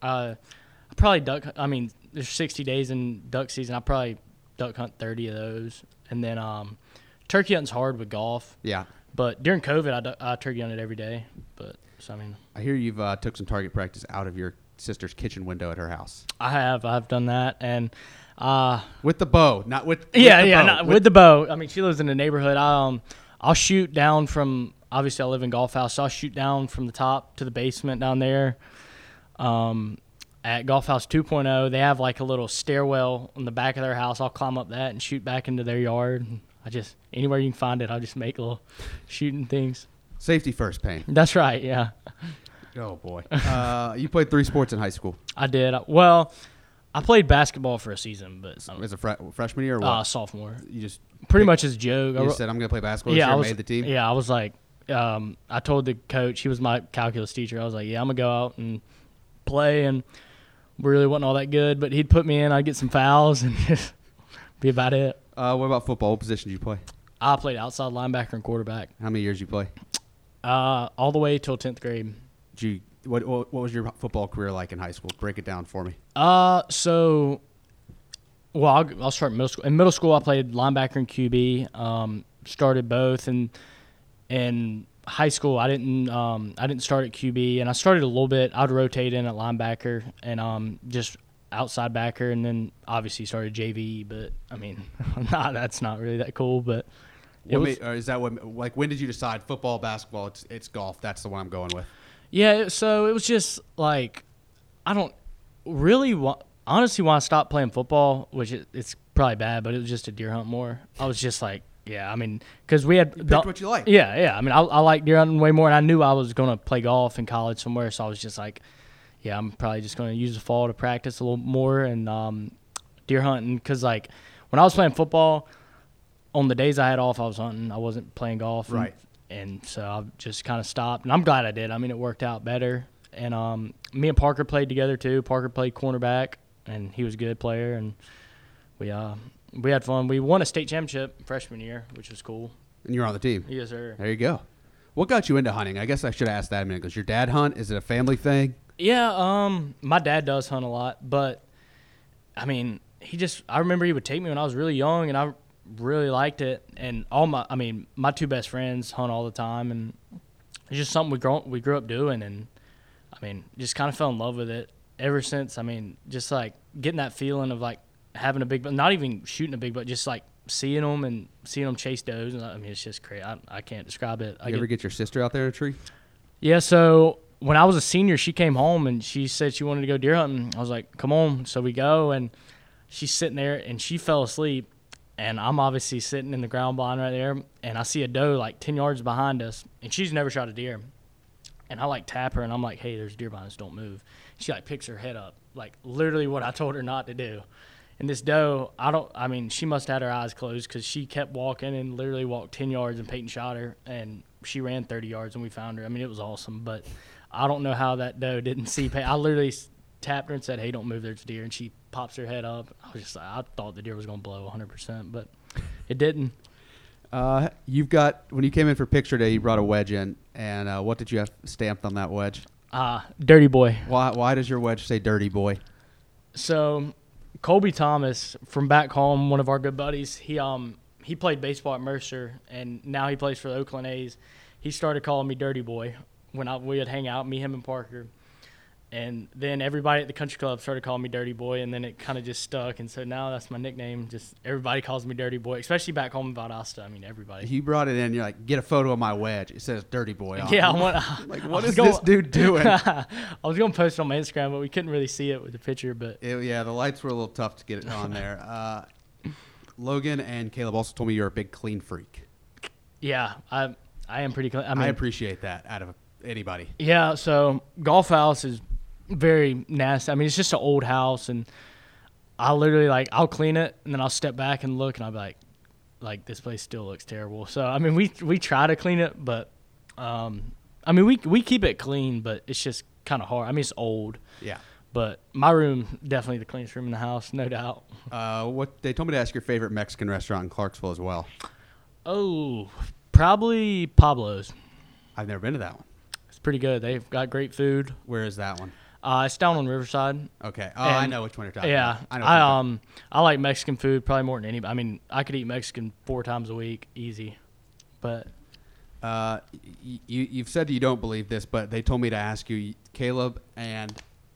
D: I, I probably duck. I mean, there's 60 days in duck season. I probably duck hunt 30 of those, and then um, turkey hunting's hard with golf.
B: Yeah.
D: But during COVID, I, duck, I turkey hunted every day. But so I mean,
B: I hear you've uh, took some target practice out of your sister's kitchen window at her house
D: I have I've done that, and uh,
B: with the bow, not with
D: yeah,
B: with the
D: yeah,
B: bow.
D: not- with, the bow. I mean, she lives in the neighborhood. I, um, I'll shoot down from. Obviously, I live in golf house, so I'll shoot down from the top to the basement down there. Um, at golf house 2.0, they have like a little stairwell on the back of their house. I'll climb up that and shoot back into their yard. I just anywhere you can find it, I'll just make little shooting things.
B: safety first, pain.
D: That's right. Yeah,
B: Oh boy, uh, you played three sports in high school
D: I did. Well, I played basketball for a season, but um,
B: as a fre- freshman year or what?
D: uh, sophomore.
B: you just
D: Pretty
B: picked-
D: much as a joke. I
B: You
D: ro-
B: just said I'm gonna play basketball. this
D: I
B: year,
D: was,
B: made the team.
D: Yeah, I was like, um, I told the coach, he was my calculus teacher. I was like, yeah, I'm gonna go out and play, and we really wasn't all that good. But he'd put me in, I'd get some fouls, and just be about it.
B: Uh, what about football? What position did you play?
D: I played outside linebacker and quarterback
B: How many years did you play?
D: uh, all the way till tenth grade.
B: Did you what, what What was your football career like in high school? Break it down for me.
D: Uh, so, well, I'll, I'll start middle school. In middle school, I played linebacker and QB. Um, started both, and in high school, I didn't. Um, I didn't start at QB, and I started a little bit. I'd rotate in at linebacker and um, just outside backer, and then obviously started JV. But I mean, nah, that's not really that cool. But it
B: What
D: was,
B: made- or is that what? Like, when did you decide football, basketball? It's, it's golf. That's the one I'm going with.
D: Yeah, it- so it was just like I don't really wa- honestly when I stopped playing football, which it, it's probably bad, but it was just a deer hunt more. I was just like, yeah, I mean, because we had
B: picked what you liked.
D: Yeah, yeah. I mean, I, I like deer hunting way more, and I knew I was gonna play golf in college somewhere, so I was just like, yeah, I'm probably just gonna use the fall to practice a little more and um, deer hunting because like when I was playing football, on the days I had off, I was hunting. I wasn't playing golf. and-
B: Right.
D: And, so I just kind of stopped, and I'm glad I did. I mean, it worked out better. And um, me and Parker played together too. Parker played cornerback, and he was a good player. And we uh, we had fun. We won a state championship freshman year, which was cool.
B: And you're on the team.
D: Yes, sir.
B: There you go. What got you into hunting? I guess I should ask that a minute. Because your dad hunt? Is it a family thing?
D: Yeah, um, my dad does hunt a lot, but I mean, he just I remember he would take me when I was really young, and I really liked it. And all my, I mean, my two best friends hunt all the time, and it's just something we grew we grew up doing, and I mean, just kind of fell in love with it ever since. I mean, just like getting that feeling of like having a big, but not even shooting a big, but just like seeing them and seeing them chase does. And I mean, it's just crazy. I, I can't describe it. I
B: You ever get your sister out there in a tree?
D: yeah, so when I was a senior, she came home and she said she wanted to go deer hunting. I was like, come on. So we go, and she's sitting there and she fell asleep. And I'm obviously sitting in the ground blind right there, and I see a doe like 10 yards behind us, and she's never shot a deer. And I like tap her, and I'm like, hey, there's deer behind us, don't move. She like picks her head up, like literally what I told her not to do. And this doe, I don't, I mean, she must have had her eyes closed because she kept walking and literally walked 10 yards, and Peyton shot her, and she ran 30 yards, and we found her. I mean, it was awesome, but I don't know how that doe didn't see Peyton. I literally s- tapped her and said, hey, don't move, there's a deer. And she pops her head up. I was just like, I thought the deer was going to blow 100%, but it didn't.
B: Uh, you've got when you came in for picture day, you brought a wedge in, and uh, what did you have stamped on that wedge?
D: Uh, dirty boy.
B: Why why does your wedge say "dirty boy"?
D: So, Colby Thomas from back home, one of our good buddies, he um he played baseball at Mercer, and now he plays for the Oakland A's. He started calling me Dirty Boy when I, we would hang out, me, him, and Parker. And then everybody at the country club started calling me Dirty Boy, and then it kind of just stuck. And so now that's my nickname. Just everybody calls me Dirty Boy, especially back home in Valdosta. I mean, everybody.
B: You brought it in. You're like, get a photo of my wedge. It says "dirty boy" on.
D: yeah, I
B: it.
D: want.
B: like
D: I
B: what
D: was
B: is
D: gonna-
B: this dude doing?
D: I was gonna post it on my Instagram, but we couldn't really see it with the picture. But
B: It- yeah, the lights were a little tough to get it on there. Uh, Logan and Caleb also told me you're a big clean freak.
D: yeah, I I am pretty. Clean. I
B: I,
D: mean,
B: appreciate that out of anybody.
D: Yeah, so golf house is very nasty. I mean, it's just an old house, and I literally like I'll clean it, and then I'll step back and look, and I'll be like, like this place still looks terrible. So I mean, we we try to clean it, but um, I mean we we keep it clean, but it's just kind of hard. I mean, it's old,
B: Yeah.
D: but my room definitely the cleanest room in the house, no doubt.
B: Uh, what they told me to ask your favorite Mexican restaurant in Clarksville as well.
D: Oh, probably Pablo's.
B: I've never been to that one.
D: It's pretty good. They've got great food.
B: Where is that one?
D: Uh, it's down on Riverside.
B: Okay. Oh, I
D: And-
B: know which one you're talking
D: yeah,
B: about.
D: I,
B: what you're talking
D: um I like Mexican food probably more than anybody. I mean, I could eat Mexican four times a week, easy. But
B: Uh, you, you've said you don't believe this, but they told me to ask you, Caleb and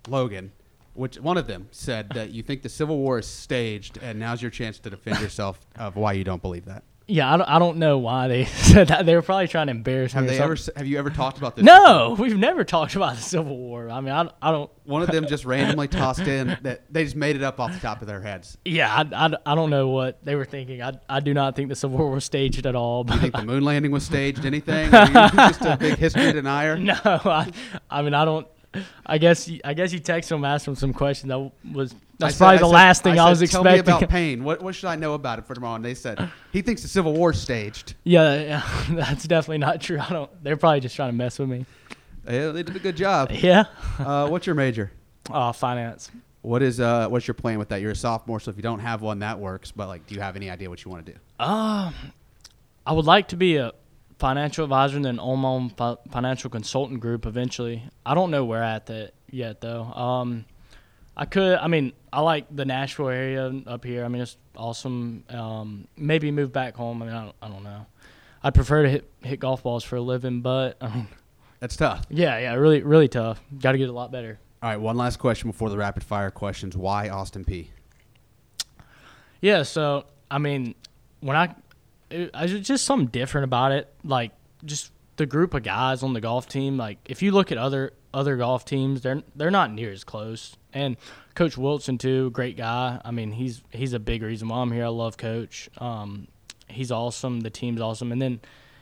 B: Logan, which one of them said that you think the Civil War is staged, and now's your chance to defend yourself of why you don't believe that.
D: yeah, I don't, I don't know why they said that. They were probably trying to embarrass me.
B: Have
D: or
B: they
D: something.
B: ever? s- Have you ever talked about this?
D: No, we've never talked about the Civil War. I mean, I, I don't.
B: One of them just randomly tossed in that they just made it up off the top of their heads.
D: Yeah, I, I, I don't know what they were thinking. I, I do not think the Civil War was staged at all.
B: You
D: But
B: think the moon landing was staged? Anything? Are you just a big history denier?
D: no, I, I mean, I don't. I guess you, I guess you text them, ask them some questions. That was that's
B: I said-
D: probably
B: I
D: the
B: said-
D: last thing I,
B: said,
D: was
B: Tell
D: expecting.
B: me about pain. What, what should I know about it for tomorrow? And they said he thinks the Civil War staged.
D: Yeah, yeah, that's definitely not true. I don't. They're probably just trying to mess with me.
B: Yeah, they did a good job.
D: Yeah.
B: Uh, what's your major?
D: Oh, finance.
B: What is uh, what's your plan with that? You're a sophomore, so if you don't have one, that works. But like, do you have any idea what you want to do?
D: I would like to be a financial advisor and then own my own fi- financial consultant group eventually. I don't know where at that yet though. Um, I could. I mean, I like the Nashville area up here. I mean, it's awesome. Um, maybe move back home. I mean, I don't, I don't know. I'd prefer to hit hit golf balls for a living, but I mean,
B: That's tough.
D: yeah, yeah, really, really tough. Got to get a lot better.
B: All right, one last question before the rapid fire questions. Why Austin P?
D: Yeah, so I mean, when I, it, I there's just something different about it. Like just the group of guys on the golf team. Like if you look at other other golf teams, they're they're not near as close. And Coach Wilson too, great guy. I mean, he's he's a big reason why I'm here. I love Coach. Um, he's awesome. The team's awesome. And then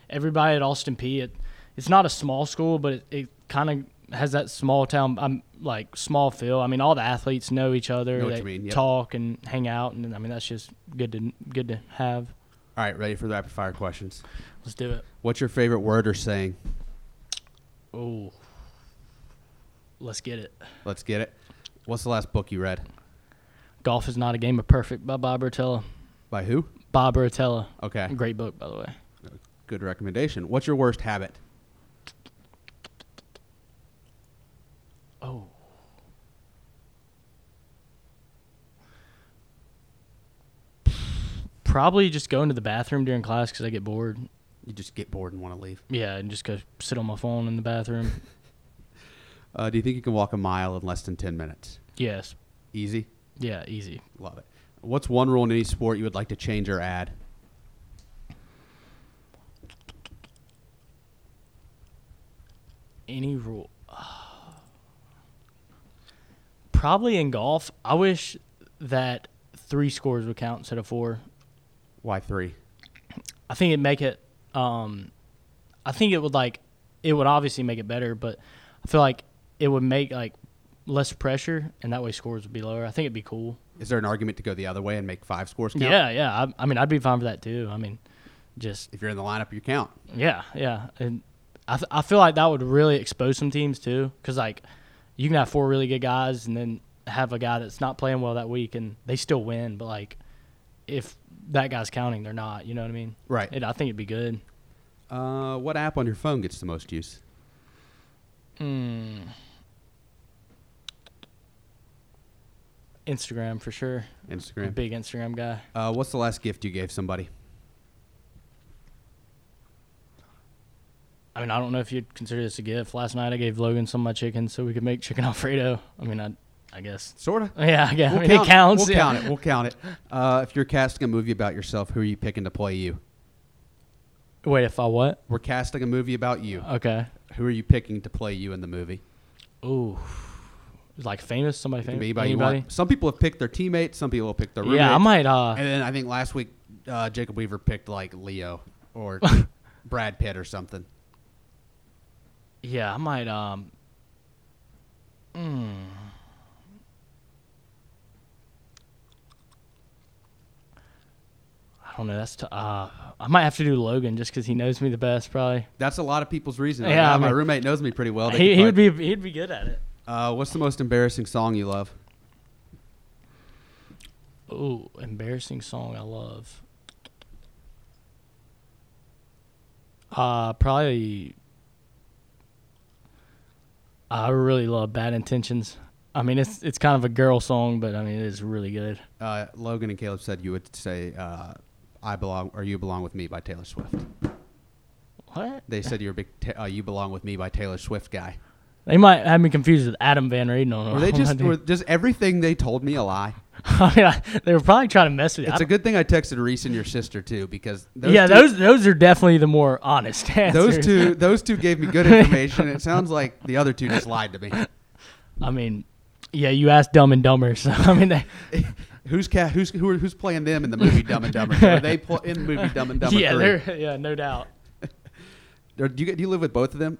D: everybody at Austin P. It, it's not a small school, but it, it kind of has that small town, um, like small feel. I mean, all the athletes know each other.
B: Know what
D: they
B: you mean, yep.
D: talk and hang out, and I mean that's just good to good to have.
B: All right, ready for the rapid fire questions.
D: Let's do it.
B: What's your favorite word or saying?
D: Oh, let's get it.
B: Let's get it. What's the last book you read?
D: Golf is not a game of perfect by Bob Rotella.
B: By who?
D: Bob Rotella.
B: Okay.
D: Great book, by the way.
B: Good recommendation. What's your worst habit?
D: Oh. Probably just going to the bathroom during class because I get bored.
B: You just get bored and want to leave.
D: Yeah, and just go sit on my phone in the bathroom.
B: Uh, do you think you can walk a mile in less than 10 minutes?
D: yes.
B: Easy?
D: Yeah, easy.
B: Love it. What's one rule in any sport you would like to change or add?
D: Any rule? Probably in golf. I wish that three scores would count instead of four.
B: Why three?
D: I think it'd make it. Um, I think it would like it would obviously make it better, but I feel like it would make like less pressure, and that way scores would be lower. I think it'd be cool.
B: Is there an argument to go the other way and make five scores count?
D: Yeah, yeah. I, I mean, I'd be fine with that too. I mean, just
B: If you're in the lineup, you count.
D: yeah, yeah. And I, th- I feel like that would really expose some teams too, because like you can have four really good guys and then have a guy that's not playing well that week and they still win, but like if that guy's counting, they're not. You know what I mean?
B: Right.
D: It, I think it'd be good.
B: Uh, what app on your phone gets the most use?
D: Instagram for sure.
B: Instagram.
D: Big Instagram guy.
B: Uh, what's the last gift you gave somebody?
D: I mean, I don't know if you'd consider this a gift. Last night I gave Logan some of my chicken so we could make chicken alfredo. I mean, I, I guess.
B: Sorta.
D: Yeah, I guess. I
B: We'll
D: mean,
B: count
D: it counts.
B: We'll
D: yeah.
B: count it. We'll count it. Uh, if you're casting a movie about yourself, who are you picking to play you?
D: Wait, if I what?
B: We're casting a movie about you.
D: Okay.
B: Who are you picking to play you in the movie?
D: Ooh. Like famous? Somebody
B: It can
D: famous?
B: be anybody you want. Some people have picked their teammates. Some people have picked their roommate.
D: Yeah, I might. Uh,
B: And then I think last week uh, Jacob Weaver picked like Leo or Brad Pitt or something.
D: yeah, I might. Um, mm. I don't know. That's t- uh, I might have to do Logan just because he knows me the best, probably.
B: That's a lot of people's reason. Right
D: Yeah,
B: now,
D: I
B: my
D: mean-
B: roommate knows me pretty well. They
D: He,
B: could
D: he would
B: probably-
D: be he'd be good at it.
B: Uh, what's the most embarrassing song you love?
D: Ooh, embarrassing song I love. Uh probably I really love Bad Intentions. I mean it's it's kind of a girl song, but I mean it is really good.
B: Uh, Logan and Caleb said you would say uh, "I belong" or "You belong with me" by Taylor Swift.
D: What?
B: They said you're a big ta- uh, "You belong with me" by Taylor Swift guy.
D: They might have me confused with Adam Van Raden on
B: Were they just were just everything they told me a lie?
D: I mean, I, they were probably trying to mess with you.
B: It's a good thing I texted Reese and your sister too because those
D: yeah,
B: two,
D: those those are definitely the more honest answers.
B: those two those two gave me good information. it sounds like the other two just lied to me.
D: I mean, yeah, you asked Dumb and Dumber, so I mean they
B: who's ca- who's who are, who's playing them in the movie Dumb and Dumber? Are they pl- in the movie Dumb and Dumber?
D: yeah,
B: 3?
D: they're yeah, no doubt.
B: Or do you get- do you live with both of them?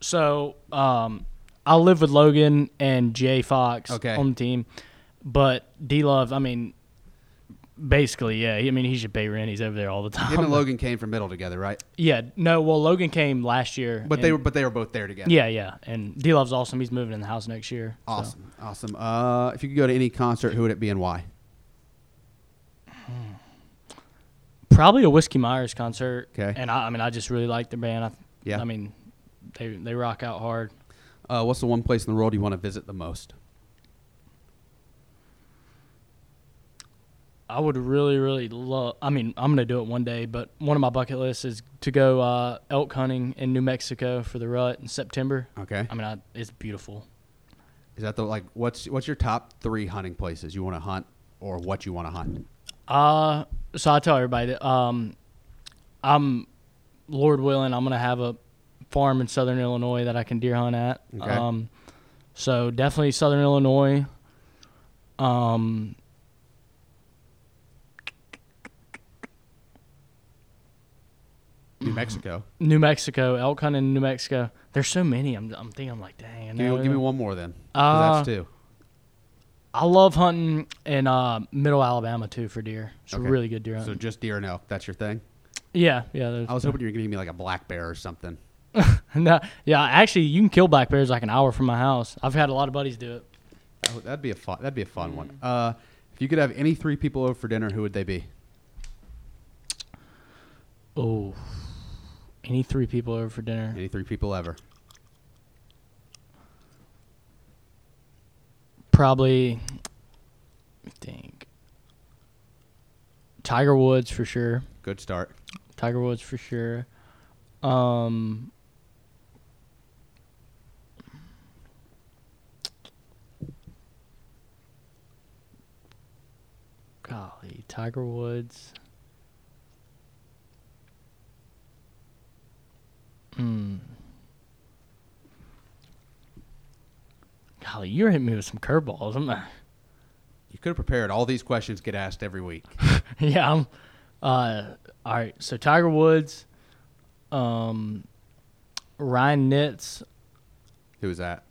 D: So um, I live with Logan and Jay Fox
B: Okay.
D: on the team, but D Love, I mean, basically, yeah. I mean, he should pay rent. He's over there all the time.
B: Him and Logan came from middle together, right?
D: Yeah, no. Well, Logan came last year,
B: But they
D: and-
B: were but they were both there together.
D: Yeah, yeah, and D Love's awesome. He's moving in the house next year. so.
B: Awesome, awesome. Uh, if you could go to any concert, who would it be and why?
D: Probably a Whiskey Myers concert.
B: 'Kay.
D: And I, I mean, I just really like their band. I,
B: Yeah.
D: I mean, they they rock out hard.
B: Uh, what's the one place in the world you want to visit the most?
D: I would really, really love. I mean, I'm gonna do it one day, but one of my bucket lists is to go uh, elk hunting in New Mexico for the rut in September.
B: Okay,
D: I mean, I, it's beautiful.
B: is that the like what's what's your top three hunting places you want to hunt or what you want to hunt?
D: Uh, so I tell everybody that um, I'm Lord willing, I'm gonna have a farm in Southern Illinois that I can deer hunt at.
B: Okay.
D: Um, so definitely Southern Illinois. Um.
B: New Mexico.
D: New Mexico, elk hunting in New Mexico. There's so many. I'm, I'm thinking, I'm like, dang. I
B: Give
D: know.
B: me, give me one more then. 'cause
D: Uh,
B: that's two.
D: I love hunting in uh, middle Alabama too for deer. It's
B: Okay.
D: really good deer
B: So
D: hunting.
B: just deer and elk. That's your thing.
D: yeah, yeah. there's-
B: I was hoping you were gonna give me like a black bear or something.
D: no, yeah. Actually, you can kill black bears like an hour from my house. I've had a lot of buddies do it.
B: That would- That'd be a fun. That'd be a fun one. Uh, if you could have any three people over for dinner, who would they be?
D: Oh, any three people over for dinner?
B: Any three people ever?
D: Probably. I think. Tiger Woods for sure.
B: Good start.
D: Tiger Woods for sure. Um. God, Tiger Woods. Hmm. Golly, you're hitting me with some curveballs. I'm not-
B: You could have prepared. All these questions get asked every week.
D: yeah, I'm. Uh, all right, so Tiger Woods, um, Ryan Nitz.
B: Who is that?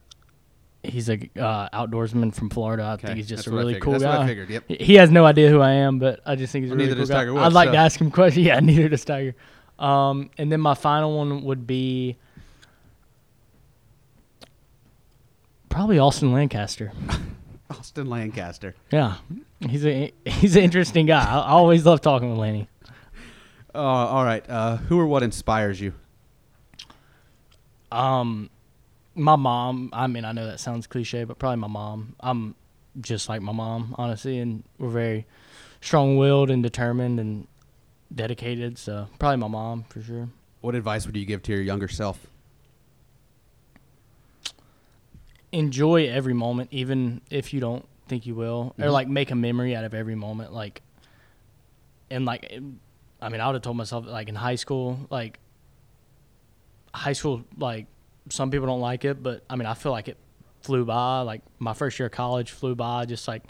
D: He's a uh, outdoorsman from Florida. I think he's just
B: that's
D: a
B: what I
D: really
B: figured.
D: cool
B: That's
D: guy.
B: what I figured. Yep.
D: He- He has no idea who I am, but I just think he's a
B: Well,
D: really
B: neither
D: cool
B: does
D: guy.
B: Tiger
D: I'd
B: Woods,
D: like
B: so-
D: to ask him questions. Yeah, neither does Tiger. Um, and then my final one would be probably Austin Lancaster.
B: Austin Lancaster.
D: Yeah, he's a he's an interesting guy. I, I always love talking with Lanny.
B: Uh, all right. Uh, who or what inspires you?
D: Um, my mom. I mean, I know that sounds cliche, but probably my mom. I'm just like my mom, honestly, and we're very strong-willed and determined and dedicated. So probably my mom for sure.
B: What advice would you give to your younger self?
D: Enjoy every moment, even if you don't think you will, or like make a memory out of every moment. Like, and like, it- I mean, I would have told myself like in high school, like high school, like some people don't like it, but I mean, I feel like it flew by. Like my first year of college flew by. Just like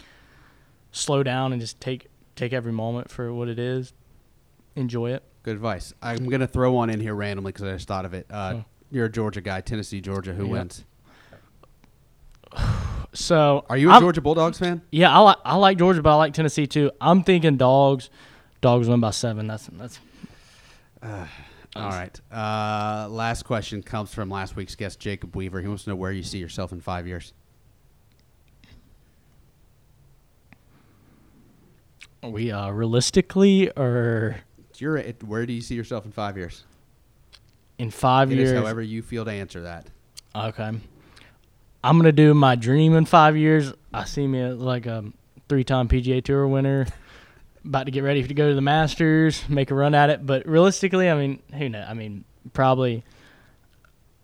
D: slow down and just take take every moment for what it is. Enjoy it.
B: Good advice. I'm gonna throw one in here randomly because I just thought of it. Uh,
D: Oh.
B: You're a Georgia guy, Tennessee, Georgia. Who
D: Yeah.
B: wins?
D: So
B: Are you a
D: I'm-
B: Georgia Bulldogs fan?
D: Yeah, I like I like Georgia, but I like Tennessee too. I'm thinking dogs. Dogs win by seven. That's that's
B: All right. Uh, last question comes from last week's guest, Jacob Weaver. He wants to know where you see yourself in five years.
D: are we uh, realistically or
B: You're at, where do you see yourself in five years?
D: in five
B: It is
D: years.
B: however you feel to answer that.
D: okay, I'm gonna do my dream in five years. I see me as like a three-time PGA Tour winner, about to get ready to go to the Masters, make a run at it. But realistically, I mean, who knows? I mean, probably,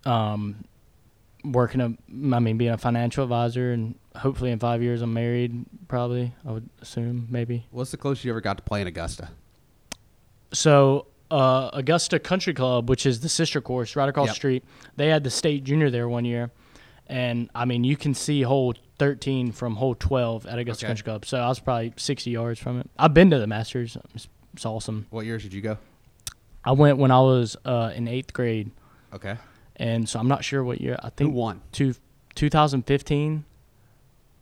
D: um, working a, I mean, being a financial advisor, and hopefully in five years I'm married. Probably, I would assume maybe.
B: What's the closest you ever got to playing Augusta?
D: So uh, Augusta Country Club, which is the sister course right across
B: Yep.
D: the street, they had the state junior there one year, and I mean you can see hole thirteen from hole twelve at Augusta
B: Okay.
D: Country Club. So I was probably sixty yards from it. I've been to the Masters. It's, it's awesome.
B: What years did you go?
D: I went when I was uh, in eighth grade,
B: Okay.
D: and so I'm not sure what year. I
B: Who
D: think
B: won?
D: two, 2015.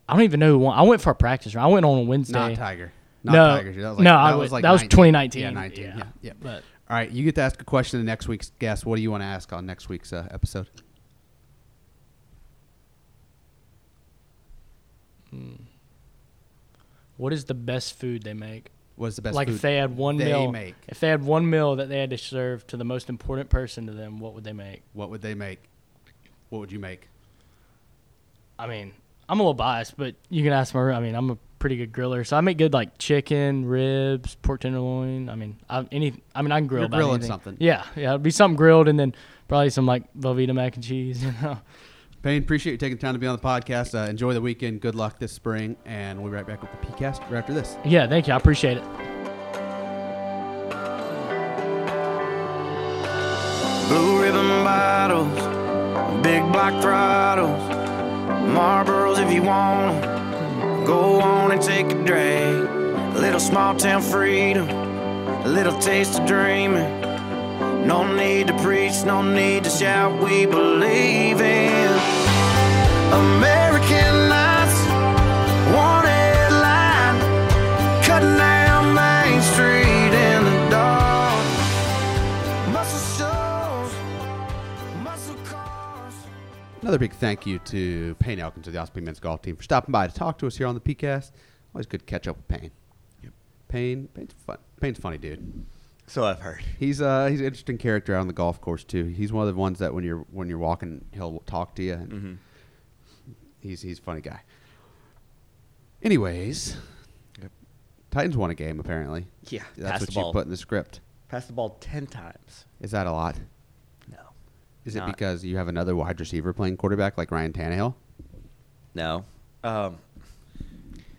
D: I don't even know who won. I went for a practice. round. I went on a Wednesday.
B: Not Tiger. Not
D: No.
B: Tiger. That was like,
D: No,
B: that
D: I
B: was
D: was-
B: like
D: that was
B: 19.
D: 2019.
B: Yeah, 19. Yeah.
D: Yeah.
B: yeah.
D: But
B: All right, you get to ask a question to next week's guest. What do you want to ask on next week's uh, episode?
D: what is the best food they make?
B: What is the best
D: like
B: food?
D: if they had one
B: they
D: meal
B: make?
D: if they had one meal that they had to serve to the most important person to them what would they make
B: what would they make? What would you make?
D: i mean i'm a little biased but you can ask my room i mean i'm a pretty good griller so i make good like chicken ribs pork tenderloin i mean I, any i mean i can grill
B: You're
D: about
B: grilling
D: anything.
B: something.
D: yeah yeah it'd be something grilled and then probably some like velveeta mac and cheese you know
B: Payne, appreciate you taking the time to be on the podcast. Uh, enjoy the weekend. Good luck this spring, and we'll be right back with the PCast right after this.
D: yeah thank you i appreciate it
A: Blue ribbon bottles, big block throttles, Marlboros if you want 'em. Go on and take a drag. A little small town freedom, a little taste of dreaming. No need to preach, no need to shout. We believe in American lights, one headline, cutting down Main Street in the dark. Muscle shows, muscle cars.
B: Another big thank you to Payne Elkins of the Osprey men's golf team for stopping by to talk to us here on the PCast. Always good to catch up with Payne. Yep. Payne, Payne's fun. Payne's a funny, dude.
C: So I've heard.
B: He's uh he's an interesting character out on the golf course too. He's one of the ones that when you're when you're walking, he'll talk to you. And
C: Mm-hmm.
B: He's he's a funny guy. Anyways,
C: Yep.
B: Titans won a game apparently.
C: Yeah,
B: that's
C: pass
B: what
C: the
B: you
C: ball.
B: put in the script.
C: Passed the ball ten times.
B: Is that a lot?
C: No.
B: Is it
C: Not-
B: because you have another wide receiver playing quarterback like Ryan Tannehill?
C: No. Um,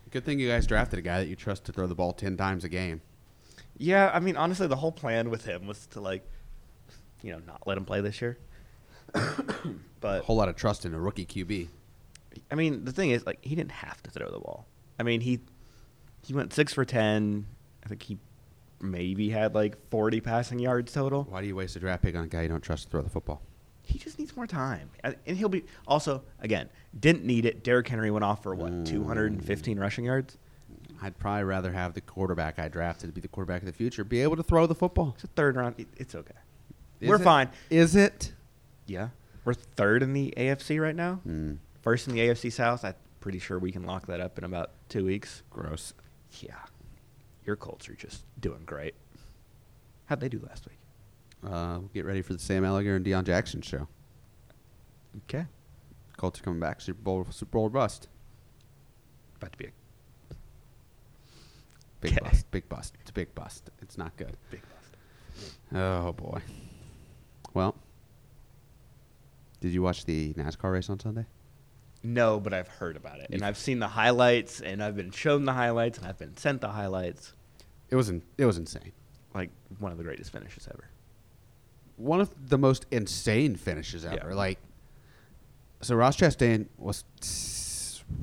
B: Good thing you guys drafted a guy that you trust to throw the ball ten times a game.
C: Yeah, I mean, honestly, the whole plan with him was to like, you know, not let him play this year.
B: A
C: but
B: whole lot of trust in a rookie QB.
C: I mean, the thing is, like, he didn't have to throw the ball. I mean, he he went six for ten. I think he maybe had like forty passing yards total.
B: Why do you waste a draft pick on a guy you don't trust to throw the football?
C: He just needs more time, I- and he'll be also again didn't need it. Derrick Henry went off for what
B: Mm.
C: two hundred and fifteen rushing yards.
B: I'd probably rather have the quarterback I drafted to be the quarterback of the future, be able to throw the football.
C: It's a third round. It- It's okay.
B: Is
C: We're
B: it-
C: fine.
B: Is it?
C: Yeah, we're third in the AFC right now. First in the AFC South. I'm pretty sure we can lock that up in about two weeks.
B: Gross.
C: Yeah, your Colts are just doing great. How'd they do last week?
B: Uh, get ready for the Sam Ellinger and Deion Jackson show.
C: Okay.
B: Colts are coming back. Super Bowl, Super Bowl bust.
C: About to be a
B: Big
C: Okay.
B: bust. Big bust. It's a big bust. It's not good.
C: big bust.
B: Oh boy. Well, did you watch the NASCAR race on Sunday?
C: No, but I've heard about it. And I've seen the highlights, and I've been shown the highlights, and I've been sent the highlights.
B: It was in, it was insane.
C: Like, one of the greatest finishes ever.
B: One of the most insane finishes
C: Yeah.
B: ever. Like, so Ross Chastain was,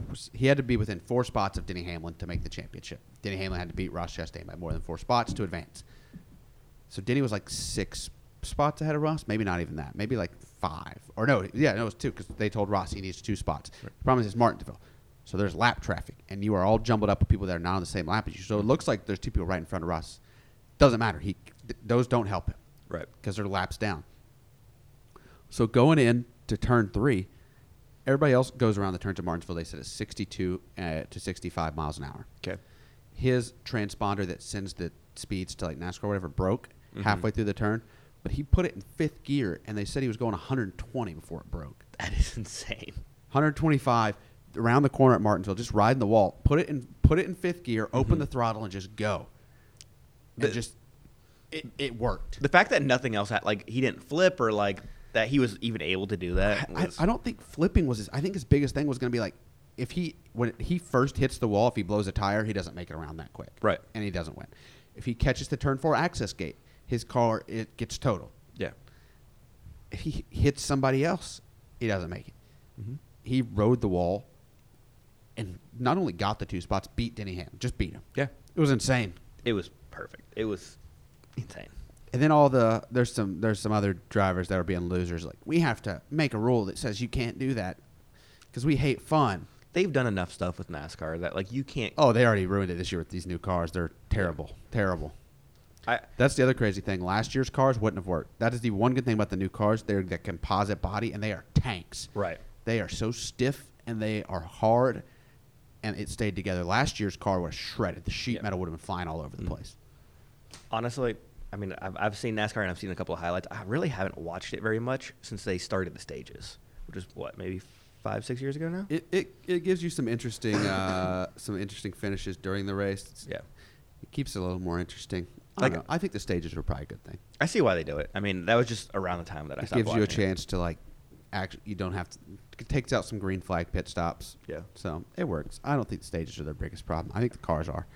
B: was he had to be within four spots of Denny Hamlin to make the championship. Denny Hamlin had to beat Ross Chastain by more than four spots to advance. So Denny was like six spots ahead of Ross, maybe not even that, maybe like five or no, yeah, no, it was two because they told Ross he needs two spots. The problem is it's Martinsville, so there's lap traffic, and you are all jumbled up with people that are not on the same lap as you. So it looks like there's two people right in front of Ross. Doesn't matter. He th- those don't help him,
C: Right.
B: Because they're laps down. So going in to turn three, everybody else goes around the turns of Martinsville. They said it's 62 uh, to 65 miles an hour
C: Okay.
B: his transponder that sends the speeds to like NASCAR or whatever broke halfway through the turn, but he put it in fifth gear and they said he was going 120 before it broke.
C: That is insane.
B: 125 around the corner at Martinsville, just riding the wall. Put it in put it in fifth gear, open the throttle and just go. And
C: The-
B: just it, it worked.
C: The fact that nothing else, had, like, he didn't flip or, like, that he was even able to do that.
B: I,
C: was-
B: I don't think flipping was his. I think his biggest thing was going to be like, if he when he first hits the wall, if he blows a tire, he doesn't make it around that quick,
C: Right.
B: And he doesn't win. If he catches the turn four access gate, his car it gets totaled.
C: Yeah.
B: If he hits somebody else, he doesn't make it.
C: Mm-hmm.
B: He rode the wall, and not only got the two spots, beat Denny Ham, just beat him.
C: Yeah.
B: it was insane.
C: It was perfect. It was insane.
B: And then all the there's some there's some other drivers that are being losers. Like we have to make a rule that says you can't do that because we hate fun.
C: They've done enough stuff with NASCAR that, like, you can't.
B: Oh, they already ruined it this year with these new cars. They're terrible, terrible.
C: I,
B: That's the other crazy thing. Last year's cars wouldn't have worked. That is the one good thing about the new cars. They're the composite body, and they are tanks.
C: Right.
B: They are so stiff and they are hard, and it stayed together. Last year's car was shredded. The sheet
C: Yeah.
B: metal would have been flying all over the place.
C: honestly, I mean, I've, I've seen NASCAR and I've seen a couple of highlights. I really haven't watched it very much since they started the stages, which is what maybe five, six years ago now.
B: It, it, it gives you some interesting uh, some interesting finishes during the race. It's-
C: Yeah.
B: It keeps it a little more interesting. I,
C: Like-
B: don't know. I think the stages are probably a good thing.
C: I see why they do it. I mean, that was just around the time that I
B: It
C: stopped
B: gives you a
C: watching it.
B: chance to like, actually, you don't have to. It takes out some green flag pit stops.
C: Yeah.
B: So it works. I don't think the stages are their biggest problem. I think the cars are.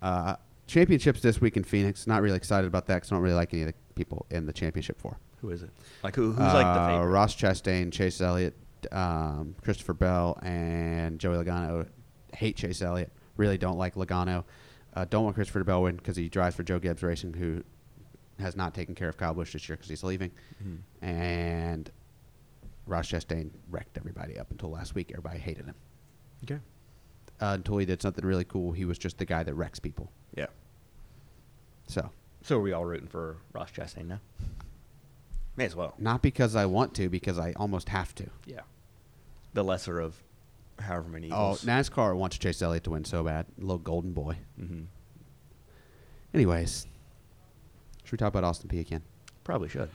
B: Uh, championships this week in Phoenix. Not really excited about that because I don't really like any of the people in the championship for.
C: Who is it? Like who? Who's like the
B: Uh,
C: favorite?
B: Ross Chastain, Chase Elliott, um, Christopher Bell, and Joey Logano. Hate Chase Elliott. Really don't like Logano. Uh, don't want Christopher Bell win because he drives for Joe Gibbs Racing, who has not taken care of Kyle Busch this year because he's leaving.
C: Mm-hmm.
B: And Ross Chastain wrecked everybody up until last week. Everybody hated him
C: Okay.
B: uh, until he did something really cool. He was just the guy that wrecks people.
C: Yeah.
B: So
C: So are we all rooting for Ross Chastain now? May as well.
B: not because I want to, because I almost have to.
C: Yeah. The lesser of however many.
B: Oh,
C: Eagles.
B: NASCAR wants Chase Elliott to win so bad. Little golden boy.
C: Mhm.
B: Anyways, should we talk about Austin P again?
C: Probably should.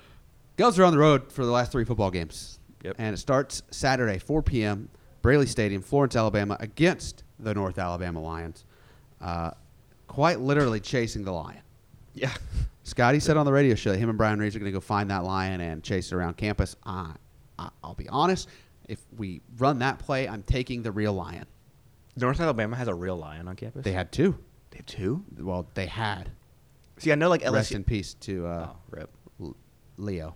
B: Govs are on the road for the last three football games.
C: Yep.
B: And it starts Saturday, 4 p.m., Braley Stadium, Florence, Alabama, against the North Alabama Lions. Uh, quite literally chasing the lion.
C: Yeah.
B: Scotty said on the radio show that him and Brian Reeves are going to go find that lion and chase it around campus. I, I, I'll be honest, if we run that play, I'm taking the real lion.
C: North Alabama has a real lion on campus.
B: They had two.
C: They have two.
B: Well, they had.
C: See, I know like
B: Rest
C: LSU.
B: in peace to uh,
C: oh, rip,
B: L- Leo.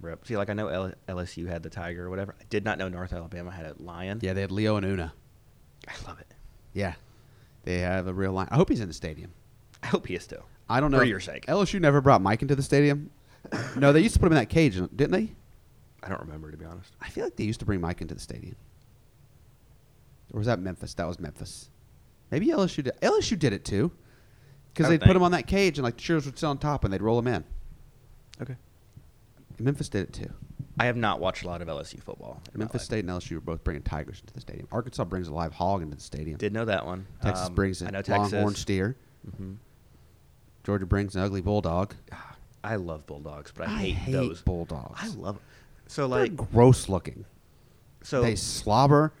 C: rip. See, like I know L- LSU had the tiger or whatever. I did not know North Alabama had a lion.
B: Yeah, they had Leo and Una.
C: I love it.
B: Yeah, they have a real line. I hope he's in the stadium.
C: I hope he is too.
B: I don't know.
C: For
B: if-
C: your sake.
B: LSU never brought Mike into the stadium. no, they used to put him in that cage, didn't they?
C: I don't remember to be honest.
B: I feel like they used to bring Mike into the stadium. Or was that Memphis? That was Memphis. Maybe LSU did. LSU did it too, because
C: I
B: they'd
C: would
B: put
C: think.
B: him on that cage and like the cheers would sit on top and they'd roll him in.
C: Okay.
B: And Memphis did it too.
C: I have not watched a lot of LSU football. in my
B: Memphis
C: life.
B: State and LSU were both bringing tigers into the stadium. Arkansas brings a live hog into the stadium.
C: Did know that one.
B: Texas
C: Um,
B: brings a
C: I know Texas.
B: longhorn steer.
C: Mhm.
B: Georgia brings an ugly bulldog.
C: Ah, I love bulldogs, but I,
B: I
C: hate,
B: hate
C: those
B: bulldogs.
C: I love. So
B: They're
C: like,
B: gross looking.
C: so
B: they slobber.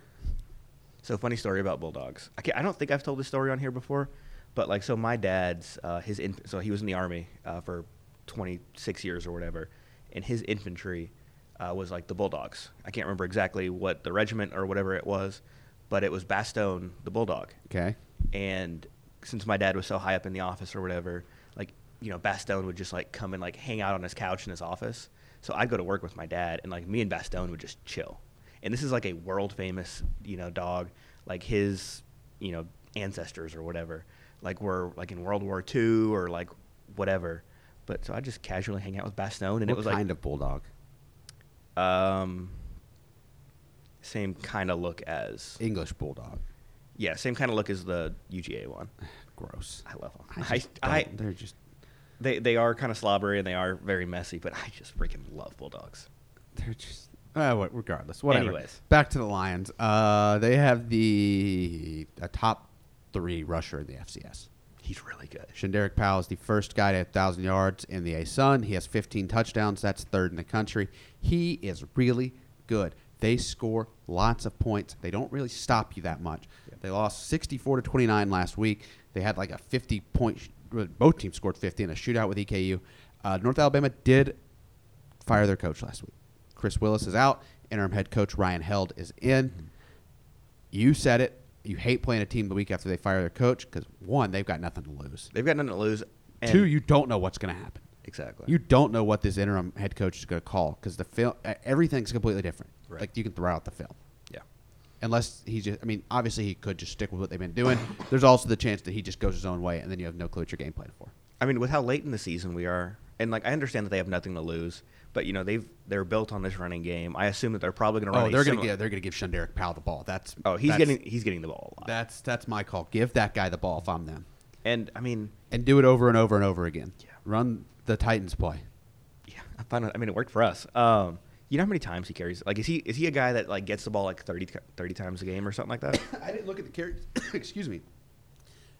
C: So funny story about bulldogs. I, can't, I don't think I've told this story on here before, but like so my dad's uh, his in, so he was in the army uh, for 26 years or whatever, and his infantry uh, was like the bulldogs. I can't remember exactly what the regiment or whatever it was, but it was Bastogne the bulldog.
B: Okay.
C: And since my dad was so high up in the office or whatever, like you know Bastogne would just like come and like hang out on his couch in his office. So I'd go to work with my dad, and like me and Bastogne would just chill. And this is like a world famous you know dog, like his you know ancestors or whatever, like were like in World War II or like whatever. But so I just casually hang out with Bastogne, and
B: what
C: it was
B: kind
C: like
B: of bulldog?
C: um, same kind of look as
B: English bulldog.
C: yeah, same kind of look as the UGA one.
B: Gross.
C: I love them.
B: I, just
C: I, I,
B: don't- they're just
C: they they are kind of slobbery and they are very messy, but I just freaking love bulldogs.
B: They're just uh, what, regardless, whatever.
C: Anyways.
B: back to the Lions. Uh, they have the a top three rusher in the FCS.
C: He's really good.
B: Shenderick Powell is the first guy to have 1,000 yards in the A Sun. He has 15 touchdowns. That's third in the country. He is really good. They score lots of points. They don't really stop you that much. They lost 64 to 29 last week. They had like a 50 point. sh- well, Both teams scored 50 in a shootout with EKU. Uh, North Alabama did fire their coach last week. Chris Willis is out. Interim head coach Ryan Held is in.
C: Mm-hmm.
B: You said it. You hate playing a team the week after they fire their coach because one, they've got nothing to lose.
C: They've got nothing to lose. And
B: Two, you don't know what's going to happen.
C: exactly.
B: You don't know what this interim head coach is going to call because the film, everything's completely different.
C: Right.
B: Like you can throw out the film,
C: yeah.
B: unless he just. I mean, obviously he could just stick with what they've been doing. There's also the chance that he just goes his own way, and then you have no clue what your game plan for.
C: I mean, with how late in the season we are, and like I understand that they have nothing to lose, but you know they've they're built on this running game. I assume that they're probably going to run.
B: Oh,
C: a
B: they're going to
C: similar-
B: get they're going to give Shunderick Powell the ball. That's
C: Oh, he's
B: that's-
C: getting he's getting the ball a lot.
B: that's that's my call. Give that guy the ball if I'm them,
C: and I mean,
B: and do it over and over and over again.
C: Yeah.
B: Run the Titans play.
C: yeah, I found out, I mean it worked for us. Um, you know how many times he carries? Like, is he is he a guy that like gets the ball like 30, 30 times a game or something like that?
B: I didn't look at the carries. Excuse me.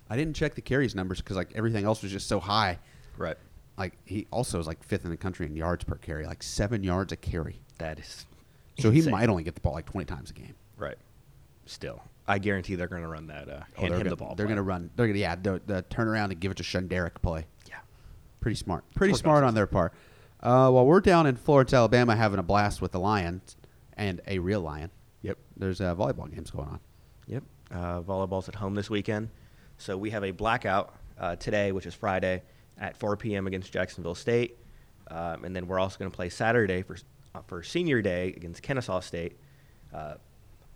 B: I didn't check the carries numbers because like everything else was just so high.
C: right.
B: Like he also is like fifth in the country in yards per carry, like seven yards a carry.
C: That is.
B: So he
C: insane.
B: might only get the ball like twenty times a game.
C: Right. Still, I guarantee they're going to run that.
B: Oh,
C: Uh, hand
B: they're
C: him
B: gonna,
C: the ball.
B: They're
C: play.
B: gonna run. They're gonna yeah. The, the turnaround and give it to Shunderick play.
C: Yeah.
B: Pretty smart. Pretty
C: Poor
B: smart
C: Gonzalez.
B: on their part. Uh, while we're down in Florence, Alabama, having a blast with the Lions and a real lion.
C: Yep.
B: There's uh, volleyball games going on.
C: Yep. Uh, volleyball's at home this weekend, so we have a blackout uh, today, which is Friday, at 4 p.m. against Jacksonville State, um, and then we're also going to play Saturday for uh, for Senior Day against Kennesaw State. Uh,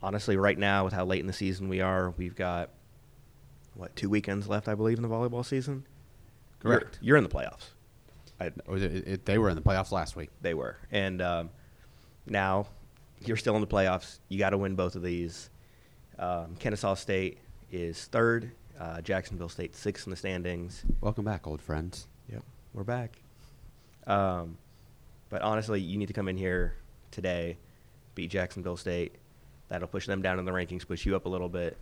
C: honestly, right now with how late in the season we are, we've got what two weekends left, I believe, in the volleyball season. You're-
B: Correct.
C: You're, in the playoffs. I,
B: Oh, It was- it- it- they were in the playoffs last week.
C: They were. And um, now you're still in the playoffs. You got to win both of these. Um, Kennesaw State is third. Uh, Jacksonville State sixth in the standings.
B: Welcome back, old friends.
C: Yep, we're back. Um, but honestly, you need to come in here today, beat Jacksonville State. That'll push them down in the rankings, push you up a little bit.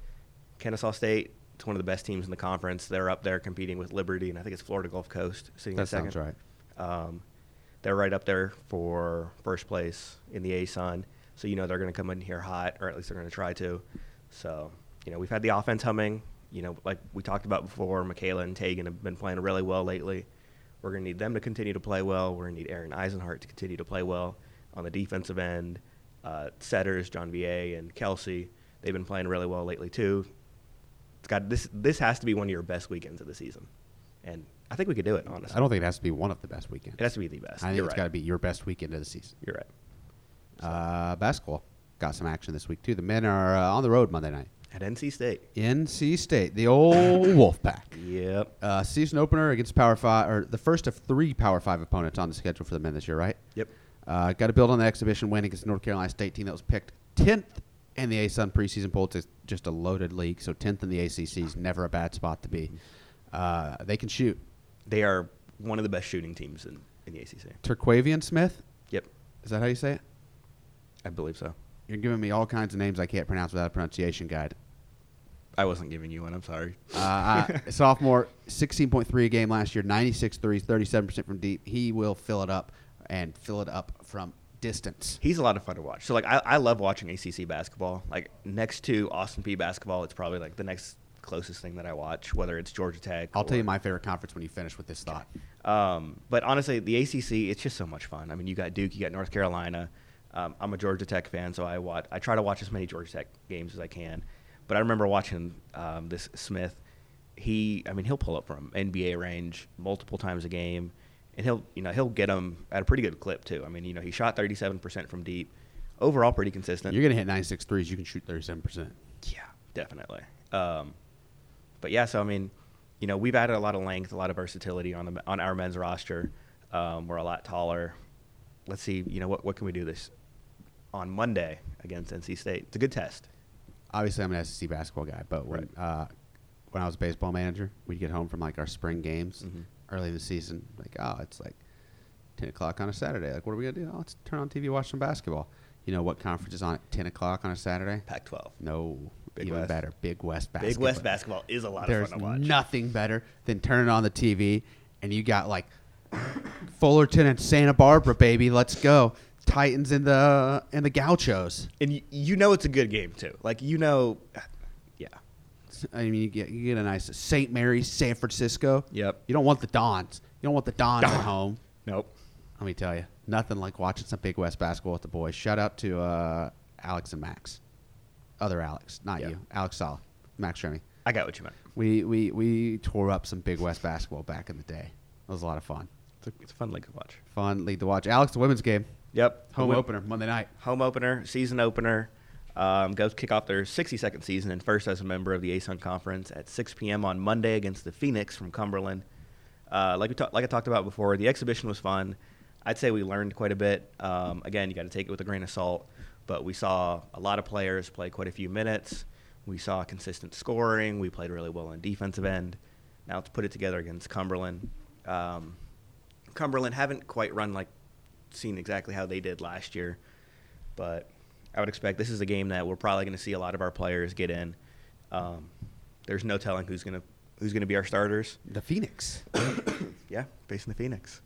C: Kennesaw State, it's one of the best teams in the conference. They're up there competing with Liberty, and I think it's Florida Gulf Coast sitting
B: That
C: in second.
B: sounds right.
C: Um, they're right up there for first place in the ASUN. So, you know, they're going to come in here hot, or at least they're going to try to. So, you know, we've had the offense humming. You know, like we talked about before, Michaela and Tegan have been playing really well lately. We're going to need them to continue to play well. We're going to need Aaron Eisenhart to continue to play well on the defensive end. Uh, setters, John VA and Kelsey, They've been playing really well lately too. It's got this. This has to be one of your best weekends of the season, and I think we could do it. Honestly,
B: I don't think it has to be one of the best weekends.
C: It has to be the best.
B: I think
C: You're
B: it's
C: right.
B: got to be your best weekend of the season.
C: You're right.
B: Uh, basketball got some action this week too. The men are uh, on the road Monday night.
C: At NC State.
B: NC State, the old Wolfpack.
C: Yep.
B: Uh, season opener against Power Five, or the first of three Power Five opponents on the schedule for the men this year, right?
C: Yep.
B: Uh, got to build on the exhibition win against North Carolina State team that was picked 10th in the ASUN preseason poll. It's just a loaded league, so 10th in the ACC is never a bad spot to be. Uh, they can shoot.
C: They are one of the best shooting teams in, in the ACC.
B: Turquavian Smith,
C: Yep.
B: is that how you say it?
C: I believe so.
B: You're giving me all kinds of names I can't pronounce without a pronunciation guide.
C: I wasn't giving you one. I'm sorry.
B: Uh, I, sophomore, 16.3 a game last year, 96 threes, 37% from deep. He will fill it up and fill it up from distance.
C: He's a lot of fun to watch. So like I, I love watching ACC basketball. Like next to Austin P basketball, it's probably like the next closest thing that I watch. Whether it's Georgia Tech.
B: I'll tell
C: or-
B: you my favorite conference when you finish with this thought.
C: Um, but honestly, the ACC, it's just so much fun. I mean, you got Duke, you got North Carolina. Um, I'm a Georgia Tech fan, so I watch, I try to watch as many Georgia Tech games as I can. But I remember watching um, this Smith. He, I mean, he'll pull up from NBA range multiple times a game, and he'll, you know, he'll get them at a pretty good clip too. I mean, you know, he shot 37% from deep, overall pretty consistent.
B: You're going to hit 96 threes, you can shoot 37%.
C: Yeah, definitely. Um, but yeah, so I mean, you know, we've added a lot of length, a lot of versatility on the on our men's roster. Um, we're a lot taller. Let's see, you know, what what can we do this on Monday against NC State? It's a good test.
B: obviously I'm an SEC basketball guy, but when
C: Right.
B: uh, when I was a baseball manager, we'd get home from like our spring games
C: Mhm.
B: early in the season. Like, oh, it's like ten o'clock on a Saturday. Like, what are we gonna do? Oh, let's turn on TV, watch some basketball. You know what conference is on at ten o'clock on a Saturday?
C: Pac-12.
B: No,
C: Big
B: even
C: West.
B: better, Big West basketball.
C: Big West basketball is a lot
B: There's
C: of fun to watch.
B: nothing better than turning on the TV and you got like Fullerton and Santa Barbara, baby. Let's go. Titans and the and the Gauchos.
C: and you, you know it's a good game too. Like you know, yeah,
B: I mean, you get, you get a nice St. Mary's, San Francisco.
C: Yep.
B: You don't want the Dons. You don't want the Dons at home.
C: nope.
B: Let me tell you, nothing like watching some Big West basketball with the boys. Shout out to uh, Alex and Max, other Alex, not
C: Yeah.
B: you, Alex Sala, Max Remy.
C: I got what you meant.
B: We we we tore up some Big West basketball back in the day. It was a lot of fun.
C: It's a, it's a fun league to watch.
B: Fun league to watch. Alex, the women's game,
C: Yep,
B: home
C: Win-
B: opener Monday night.
C: home opener, season opener. Um, goes kick off their 62nd season and first as a member of the ASUN Conference at 6 p.m. on Monday against the Phoenix from Cumberland. Uh, like we ta- like I talked about before, the exhibition was fun. I'd say we learned quite a bit. Um, again, you got to take it with a grain of salt, but we saw a lot of players play quite a few minutes. We saw consistent scoring. We played really well on defensive end. Now let's put it together against Cumberland. Um, Cumberland haven't quite run like seen exactly how they did last year, but I would expect this is a game that we're probably going to see a lot of our players get in. Um, there's no telling who's going to who's going to be our starters.
B: The Phoenix.
C: Yeah, facing the Phoenix.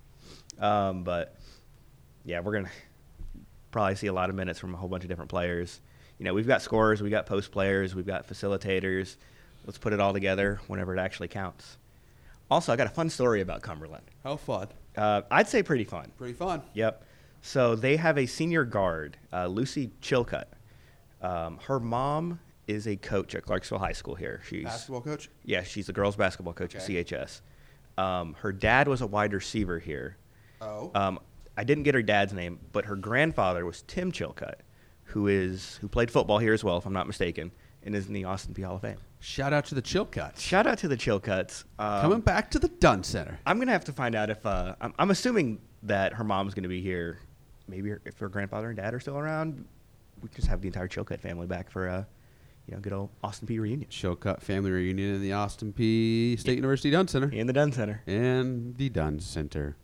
C: Um, but yeah, we're going to probably see a lot of minutes from a whole bunch of different players. You know, we've got scorers, we've got post players, we've got facilitators. Let's put it all together whenever it actually counts. Also, I got a fun story about Cumberland.
B: How fun.
C: Uh, I'd say pretty fun.
B: Pretty fun.
C: Yep. So they have a senior guard, uh, Lucy Chilcutt. Um, her mom is a coach at Clarksville High School here. She's
B: coach.
C: yeah, she's the girls basketball coach
B: Okay.
C: at CHS. Um, her dad was a wide receiver here.
B: Oh.
C: Um, I didn't get her dad's name, but her grandfather was Tim Chilcutt, who is who played football here as well, if I'm not mistaken, and is in the Austin P Hall of Fame.
B: Shout out to the Chill Cuts.
C: Shout out to the Chilcutts. Um,
B: Coming back to the Dunn Center.
C: I'm gonna have to find out if uh, I'm, I'm assuming that her mom's gonna be here. Maybe her, if her grandfather and dad are still around, we just have the entire Chilcutt family back for a, you know, good old Austin P reunion
B: Chilcutt family reunion in the Austin P State University Dunn Center
C: in the Dunn Center.
B: and the Dunn Center.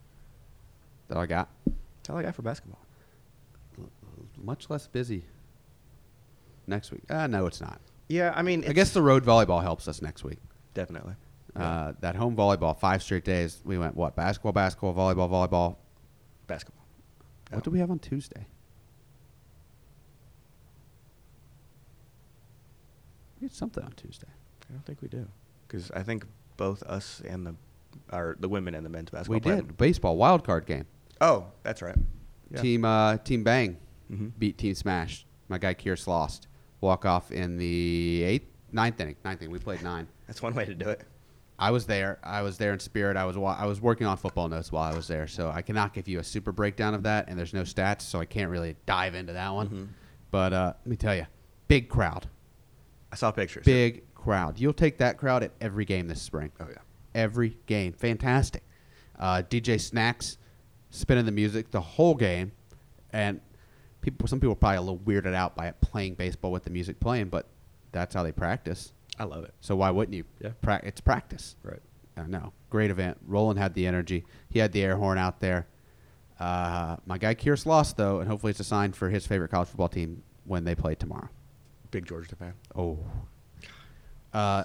B: That I got.
C: That's all I got for basketball.
B: Much less busy next week. Uh, no, it's not.
C: Yeah, I mean,
B: I guess the road volleyball helps us next week.
C: definitely.
B: Uh, that home volleyball, five straight days. We went what basketball, basketball, volleyball, volleyball.
C: basketball.
B: What do we have on Tuesday? We had something on Tuesday.
C: I don't think we do because I think both us and the, or the women and the men's basketball.
B: we
C: played.
B: did baseball wild card game.
C: Oh, that's right. Yeah.
B: Team uh, Team Bang
C: Mhm.
B: beat Team Smash. My guy Kears lost. walk off in the eighth, ninth inning. Ninth inning. We played nine.
C: That's one way to do it.
B: I was there. I was there in spirit. I was wa- I was working on football notes while I was there, so I cannot give you a super breakdown of that. And there's no stats, so I can't really dive into that one. But uh, let me tell you, big crowd,
C: I saw pictures.
B: big crowd. You'll take that crowd at every game this spring.
C: Oh, yeah.
B: every game, fantastic. Uh, DJ Snacks spinning the music the whole game, and people. Some people are probably a little weirded out by it playing baseball with the music playing, but that's how they practice.
C: I love it.
B: So why wouldn't you?
C: Yeah.
B: Prac- it's practice.
C: Right.
B: I know. Great event. Roland had the energy. He had the air horn out there. Uh, my guy Kearse lost though, and hopefully it's a sign for his favorite college football team when they play tomorrow.
C: Big Georgia fan.
B: Oh. Uh,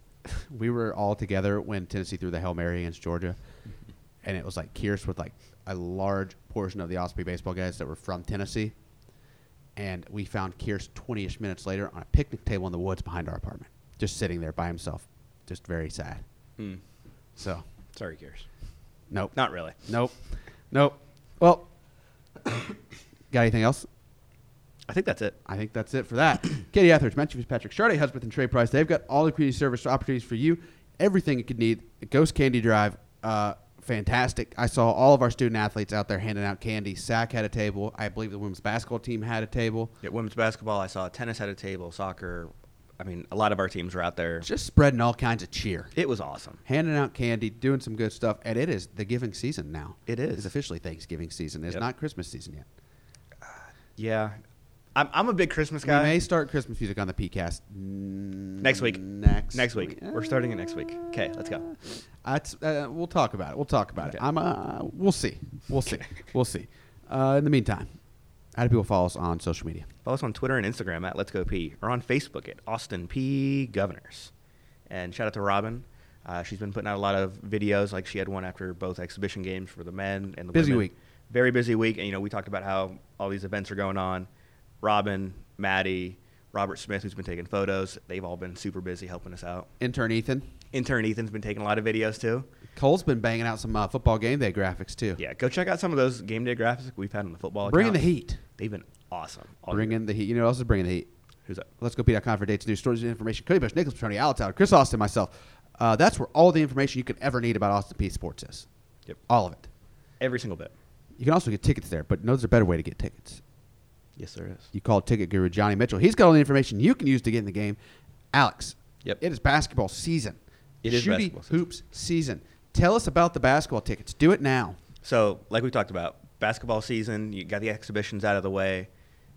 B: we were all together when Tennessee threw the Hail Mary against Georgia, and it was like Kearse with like a large portion of the Osprey baseball guys that were from Tennessee, and we found Kearse 20-ish minutes later on a picnic table in the woods behind our apartment, just sitting there by himself, just very sad.
C: Mm.
B: So,
C: Sorry, Gears.
B: nope.
C: Not really.
B: Nope. Nope. Well, got anything else?
C: I think that's it.
B: I think that's it for that. Katie Etheridge, Matthew Fitzpatrick, Charlotte Husband, and Trey Price. They've got all the community service opportunities for you. Everything you could need. Ghost Candy Drive, uh, fantastic. I saw all of our student athletes out there handing out candy. SAC had a table. I believe the women's basketball team had a table.
C: Yeah, women's basketball. I saw tennis at a table, soccer. I mean, a lot of our teams were out there.
B: Just spreading all kinds of cheer.
C: It was awesome.
B: handing out candy, doing some good stuff, and it is the giving season now.
C: It is.
B: It's officially Thanksgiving season. It's
C: Yep.
B: not Christmas season yet.
C: Yeah, I'm, I'm a big Christmas
B: We
C: guy.
B: may start Christmas music on the PCast next
C: Next week.
B: Next
C: Next week. We're starting it next week. Okay, let's go.
B: Uh, it's- uh, we'll talk about it. We'll talk about it. I'm. Uh, we'll see. We'll see. We'll see. Uh, in the meantime, how do people follow us on social media?
C: Follow us on Twitter and Instagram at Let's Go P, or on Facebook at Austin P Governors. And shout out to Robin. Uh, she's been putting out a lot of videos. Like she had one after both exhibition games for the men and the
B: Busy
C: women.
B: week.
C: Very busy week. And you know, we talked about how all these events are going on. Robin, Maddie, Robert Smith, who's been taking photos. They've all been super busy helping us out.
B: Intern Ethan
C: Intern Ethan's been taking a lot of videos too.
B: Cole's been banging out some uh, football game day graphics too.
C: Yeah, go check out some of those game day graphics we've had on the football.
B: Bring in
C: account.
B: the heat.
C: They've been awesome. all
B: Bring
C: year.
B: in the heat. You know what else is bringing the heat?
C: Who's up?
B: Let's go p.com for dates, news, stories, and information. Cody Bush, Nicholas Petroni, Alex Howard, Chris Austin, myself. Uh, that's where all the information you could ever need about Austin P Sports is.
C: Yep.
B: All of it.
C: Every single bit.
B: You can also get tickets there, but no, there's a better way to get tickets.
C: Yes, there is.
B: You call ticket guru Johnny Mitchell. He's got all the information you can use to get in the game. Alex,
C: Yep.
B: it is basketball season.
C: It is
B: Shooty
C: basketball season.
B: hoops season. Tell us about the basketball tickets. Do it now.
C: So, like we talked about, basketball season, you got the exhibitions out of the way.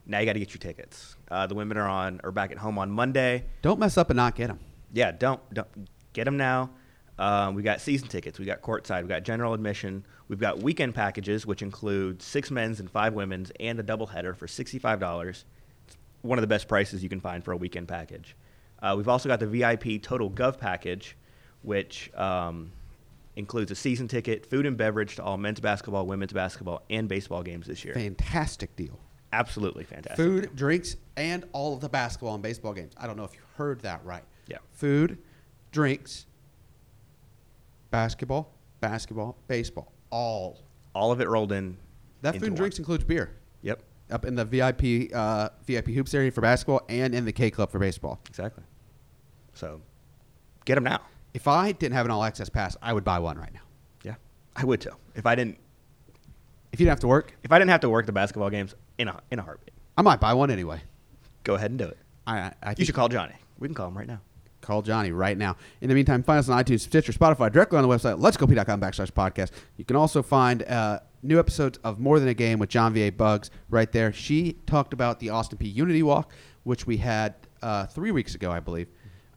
C: Now you got to get your tickets. Uh, the women are on or back at home on Monday.
B: Don't mess up and not get them.
C: Yeah, don't don't get them now. Um, we got season tickets. We got courtside. We got general admission. We've got weekend packages, which include six men's and five women's and a doubleheader for sixty-five dollars. One of the best prices you can find for a weekend package. Uh, we've also got the VIP Total Gov package, which um, includes a season ticket, food and beverage to all men's basketball, women's basketball, and baseball games this year.
B: Fantastic deal.
C: Absolutely fantastic.
B: Food, drinks, and all of the basketball and baseball games. I don't know if you heard that right.
C: Yeah.
B: Food, drinks, basketball, basketball, baseball, all.
C: All of it rolled in.
B: That
C: into
B: food and
C: one.
B: drinks includes beer.
C: Yep.
B: Up in the VIP uh, VIP hoops area for basketball and in the K Club for baseball.
C: Exactly. So get them now.
B: If I didn't have an all access pass, I would buy one right now.
C: Yeah, I would too. If I didn't,
B: If you don't have to work,
C: if I didn't have to work the basketball games in a in a heartbeat,
B: I might buy one anyway.
C: go ahead and do it.
B: I, I- I
C: You
B: think-
C: should call Johnny. We can call him right now.
B: Call Johnny right now. In the meantime, find us on iTunes, Stitcher, Spotify, directly on the website, letsgop.com backslash podcast. You can also find uh, new episodes of More Than a Game with John V.A. Bugs right there. She talked about the Austin P. Unity Walk, which we had uh, three weeks ago, I believe.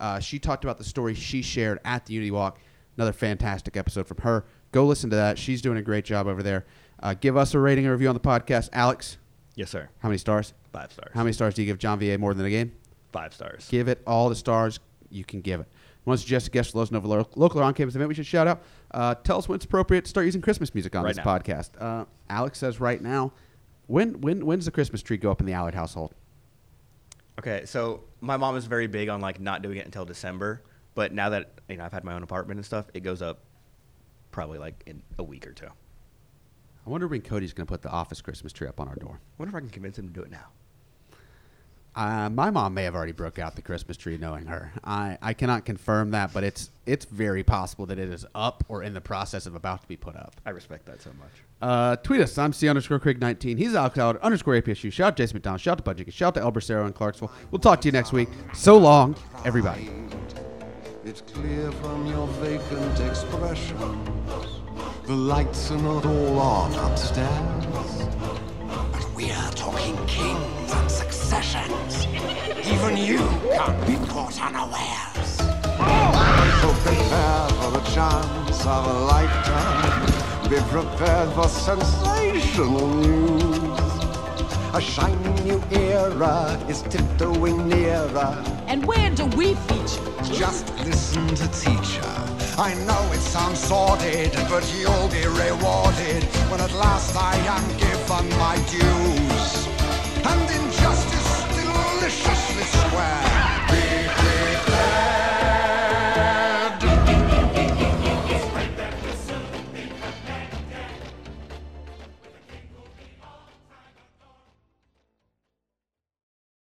B: Uh, she talked about the story she shared at the Unity Walk. Another fantastic episode from her. Go listen to that. She's doing a great job over there. Uh, give us a rating and review on the podcast. Alex,
C: Yes, sir.
B: how many stars?
C: Five stars.
B: How many stars do you give John V.A. More Than a Game?
C: Five stars.
B: Give it all the stars you can give it. Want to suggest a guest for Los Nova lo- local or on campus event we should shout out? Uh, tell us when it's appropriate to start using Christmas music on
C: Right
B: this
C: now.
B: podcast. Uh, Alex says right now, when when when's the Christmas tree go up in the Allard household?
C: Okay, so my mom is very big on like not doing it until December, but now that you know I've had my own apartment and stuff, it goes up probably like in a week or two.
B: I wonder when Cody's going to put the office Christmas tree up on our door.
C: wonder if I can convince him to do it now.
B: Uh, my mom may have already broke out the Christmas tree, knowing her. I, I cannot confirm that, but it's it's very possible that it is up or in the process of about to be put up.
C: I respect that so much.
B: Uh, tweet us. I'm C underscore Craig 19. He's Alex Howard underscore APSU. Shout out Jason McDonald. Shout out to Bud Jenkins. Shout out to El Bracero in Clarksville. We'll talk to you next week. So long, everybody.
E: It's clear from your vacant expression. The lights are not all on upstairs.
F: But we're talking kings and successions. Even you can't be caught unawares.
E: So prepare for the chance of a lifetime. Be prepared for sensational news. A shiny new era is tiptoeing nearer.
G: And where do we feature?
E: Just listen to teacher. I know it sounds sordid, but you'll be rewarded when at last I am given my dues.